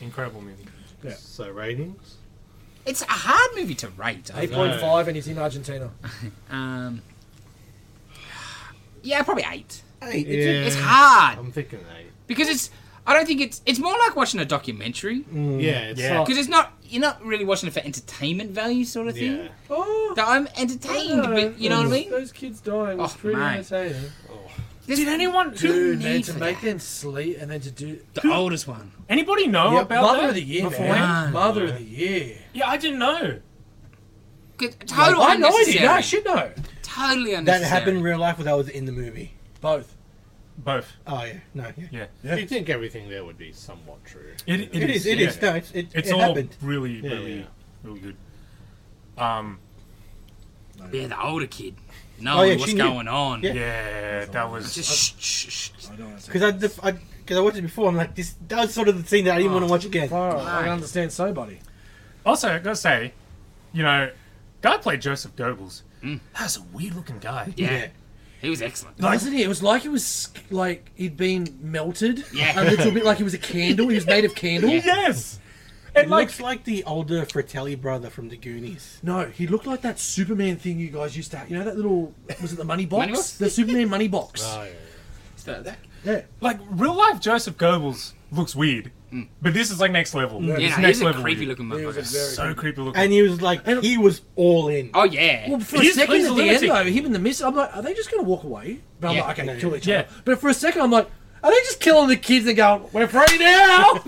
incredible movie.
So, ratings?
It's a hard movie to rate. I
Eight point five, and he's in Argentina.
um, yeah, probably eight.
Hey,
Yeah.
It's hard
I'm thinking eight.
because it's. I don't think it's. It's more like watching a documentary
Mm.
Yeah, it's
Yeah.
not.
because it's not. You're not really watching it for entertainment value, sort of thing.
Yeah.
Oh,
That I'm entertained, but you know what I mean.
Those kids dying
was Oh, pretty mate.
entertaining.
Did anyone
Dude, man, to make them sleep and then to do
the oldest one?
Anybody
Oh,
know
Yep.
about
Mother
that
of the Year,
beforehand?
man.
man. Mother of the Year.
Yeah, I didn't know.
'Cause Total
I know I
unnecessary.
did. No, I should know.
Totally
that
unnecessary.
happened in real life or that was in the movie?
Both.
Both.
Oh, yeah. No, yeah.
Yeah.
You think everything there would be somewhat true.
It is, It
yeah.
is. No, it's, it,
It's
it
all
happened.
really,
Yeah,
really,
yeah.
really good. Um,
Yeah, the older kid
Oh,
knowing
yeah,
what's
she knew.
going on.
Yeah.
yeah, that was.
Just shh, shh, shh.
I don't understand.
Because I, def- I, cause I watched it before, I'm like, this that was sort of the scene that I didn't want to watch again.
Far out. I don't understand somebody.
Also, I gotta say, you know, guy played Joseph Goebbels.
Mm.
That's a weird looking guy.
Yeah.
Yeah.
He was excellent.
Wasn't he? It was like he was sk- like he'd been melted
Yeah.
a little bit, like he was a candle. He was made of candle.
Yes. And
It
like,
looks like the older Fratelli brother from the Goonies.
No, he looked like that Superman thing you guys used to. have. You know that little was it the money box?
Money box?
The Superman money box.
Oh, yeah.
Start that.
Yeah.
like real life Joseph Goebbels looks weird, but this is like next level.
Yeah,
It's
Mm. Yeah, no,
next
he's a
level
creepy
weird.
looking
He was a
motherfucker.
very
So creepy looking.
And he was like,
And-
he was all in.
Oh yeah.
Well, for
He's-
a second
he's
at
a
the end,
lunatic.
though, him and the miss, I'm like, are they just going to walk away? But I'm
Yeah.
like, okay,
No,
kill each
yeah.
other. But for a second, I'm like, are they just killing the kids and going, we're free now?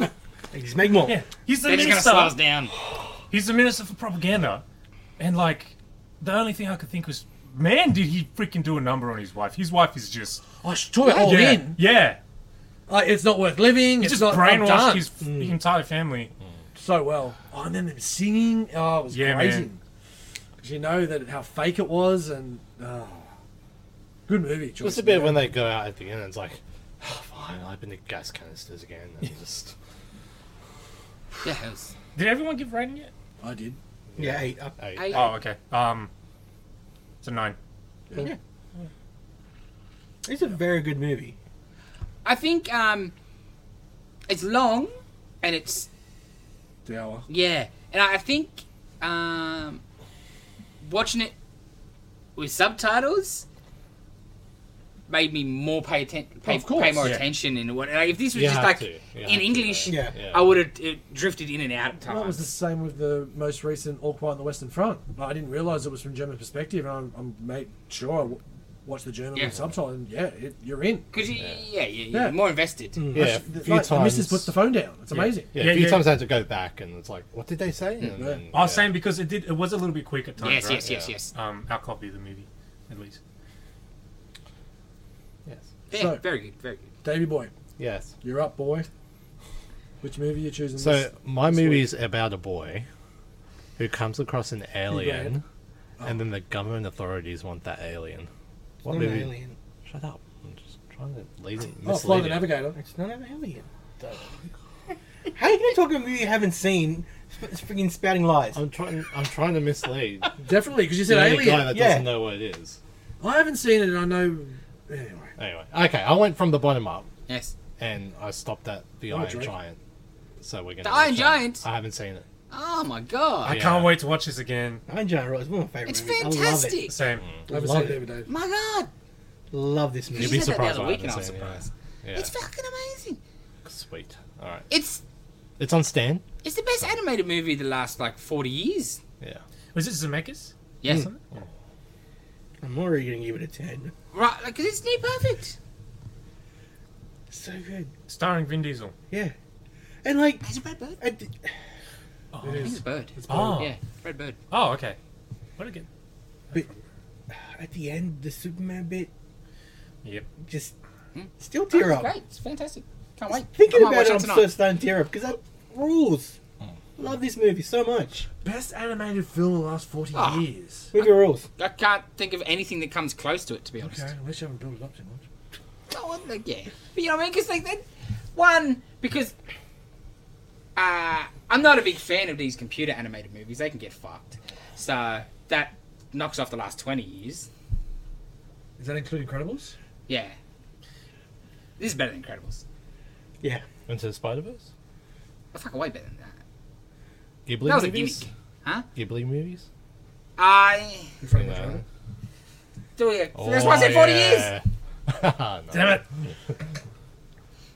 He's Megmore.
Yeah, he's the
They're just gonna slow
minister.
us down.
He's the minister for propaganda, and like, the only thing I could think was, man, did he freaking do a number on his wife? His wife is just
Oh, she took it all
yeah,
in.
yeah.
Like, it's not worth living.
He
it's
just
not, I'm
brainwashed
done.
his f- entire family.
so well. Oh, and then them singing. Oh, it was
Yeah,
crazy.
man.
Because you know that how fake it was, and oh, good movie. Choice,
It's a bit
man.
when they go out at the end. It's like, oh, fine, I'll open the gas canisters again. And just
Yeah, it was
Did everyone give rating yet?
I did.
Yeah, uh, eight up.
hey,
eight.
Oh, okay. Um, it's a nine.
It's a very good movie.
I think um, it's long, and it's
The hour.
yeah, and I I think um, watching it with subtitles made me more pay atten- pay,
Of course.
pay more
Yeah.
attention and what. Like, if this was
You
just
have
like
to. You have to
in
do
English,
Yeah.
yeah.
I would have drifted in and out of
That was the
times.
same with the most recent All Quiet on the Western Front. Like, I didn't realize it was from German perspective, and I'm, I'm made sure I w- watched the German
Yeah.
with subtitle, and yeah, it, you're in.
Because you, yeah, yeah, you're
Yeah.
more invested.
yeah, a
The,
few
like, the
times.
missus puts the phone down. It's amazing.
yeah,
Yeah,
a few
yeah. Oh,
times I had to go back, and it's like, what did they say? And
Yeah.
then-
I was
yeah.
saying because it did. It was a little bit quick at times.
Yes,
right?
yes, yes,
Yeah.
yes.
Um, our copy of the movie, at least.
yes,
Yeah,
So-
very good, very good.
Davy Boy,
yes.
you're up, boy. Which movie you choosing? Oh,
So
this?
my movie's about a boy who comes across an alien, and then the government authorities want that alien. What
Not an
movie?
alien.
Shut up! I'm just trying to lead it.
oh, Fly
mislead
the
you.
Navigator.
It's not an alien. How are you going to talk about a movie you haven't seen? It's freaking spouting lies.
I'm trying. I'm trying to mislead
Definitely, because you said
the only guy
Alien.
that
yeah.
doesn't know what it is.
I haven't seen it, and I know. Anyway,
Anyway, okay. I went from the bottom up,
Yes.
and I stopped at the
Oh,
Iron
Drake.
Giant. So we're gonna.
The
watch
Iron
that.
Giant?
I haven't seen it.
Oh my god,
I
Yeah.
can't wait to watch this again.
Iron Giant Rock is one of my favorite
it's
movies. I love
fantastic.
Same.
I haven't
Love
seen it
it.
every day.
My god,
it. Love this movie.
You'd
You
be
said that the
surprised.
other
I
week
haven't
and I was
seen it.
surprised.
Yeah.
it's fucking amazing.
Sweet. All right.
It's
It's on Stan.
it's the best animated movie of the last like forty years.
Yeah.
Was it Zemeckis?
Yes.
Mm.
I'm already going to give it a 10.
Right, like 'cause it's near perfect.
So good.
Starring Vin Diesel.
Yeah. And like,
It's a red bird.
I d-
Oh,
I think it's a bird.
oh.
Yeah, red bird.
oh okay. What again?
at the end, the Superman bit
Yep.
just still
It's
tear up.
Hmm. Oh, great. It's fantastic. Can't wait.
Thinking
I might
about it, I'm
watch
so starting to tear up because that rules. Love this movie so much.
Best animated film in the last forty
Ah.
years.
Movie rules.
I can't think of anything that comes close to it, to be honest.
Okay, unless you haven't built it up too much.
No, what the- yeah. But you know what I mean? Because, like, that, one, because uh, I'm not a big fan of these computer animated movies. They can get fucked. So that knocks off the last 20 years.
Does that include Incredibles?
Yeah. This is better than Incredibles.
Yeah.
Into the Spider Verse.
Oh, fuck, way better than that.
Ghibli
That was a
movies.
gimmick. Huh?
Ghibli movies.
I.
Yeah.
do it.
Oh,
That's why I said 40 years.
years.
Damn it.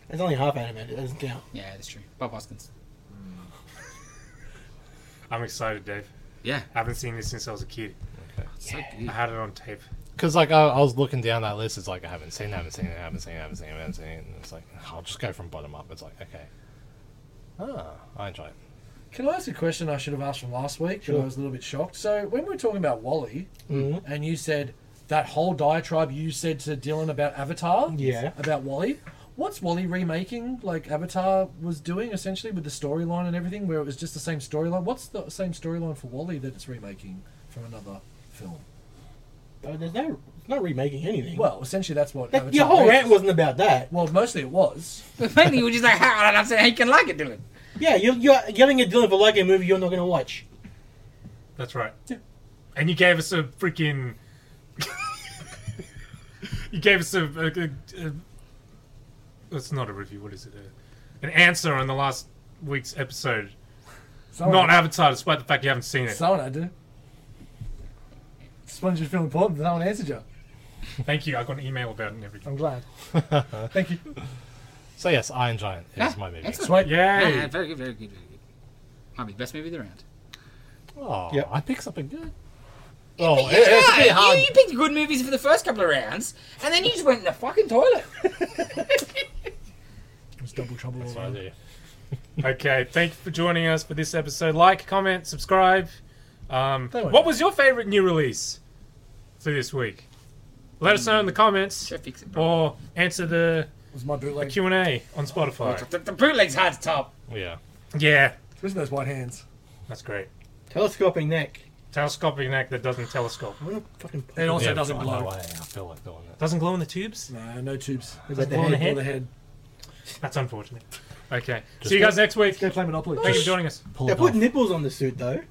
It's only half animated. That doesn't count.
Yeah, that's true. Bob Hoskins.
I'm excited, Dave.
Yeah.
I haven't seen this since I was a kid.
So
I
good.
had it on tape.
Because like I, I was looking down that list, it's like I haven't seen, I haven't seen, it, I haven't seen, it, I haven't seen, it, I haven't seen. it. And it's like I'll just go from bottom up. It's like okay, ah, I enjoy it.
Can I ask a question I should have asked from last week? But I was a little bit shocked. So when we were talking about Wally,
Mm-hmm.
and you said that whole diatribe you said to Dylan about Avatar,
Yeah.
about Wally. What's Wally remaking? Like Avatar was doing essentially with the storyline and everything, where it was just the same storyline. What's the same storyline for Wally that it's remaking from another film?
But there's no, it's not remaking anything.
Well, essentially that's what
that,
Avatar.
your whole
is.
rant wasn't about that.
Well, mostly it was.
Mainly, you were just like, how I don't know how you can like it, Dylan.
Yeah, you're, you're yelling at Dylan for liking a movie you're not going to watch.
That's right. And you gave us a freaking. you gave us a, a, a- a- It's not a review. What is it? A, an answer on the last week's episode.
Someone,
Not Avatar, despite the fact you haven't seen it.
someone had to. Just wanted you to feel important. No one answered you.
Thank you. I got an email about it and everything.
I'm glad. Thank you.
So yes, Iron Giant is
Yeah,
my movie.
excellent.
Sweet.
Yeah,
Yay!
yeah, Ah, very good, very good, very good. Might be the best movie of the round.
Oh,
Yep.
I picked something good. Oh, it-
Yeah,
it's a bit hard.
You, you picked good movies for the first couple of rounds, and then you just went in the fucking toilet.
It was double trouble. all
That's what I
around.
do.
okay, thank you for joining us for this episode. Like, comment, subscribe. Um,
They won't
what was your favorite new release for this week? Let us know in the comments
Should fix it, bro.
or answer the
was my bootleg.
Q and A on Spotify.
The, the bootleg's hard to top.
Yeah.
Yeah,
Especially those white hands.
that's great.
Telescoping neck.
Telescopic neck that doesn't telescope.
What a fucking.
It also
yeah,
doesn't
I know
blow.
why I feel like doing it.
Doesn't glow in the tubes.
No, no tubes. It's
like
like the
the
head,
head?
or the head.
That's unfortunate. Okay, see you guys next week.
Go play Monopoly.
Thank you for joining us.
Pull
They
it
put
off.
nipples on the suit though.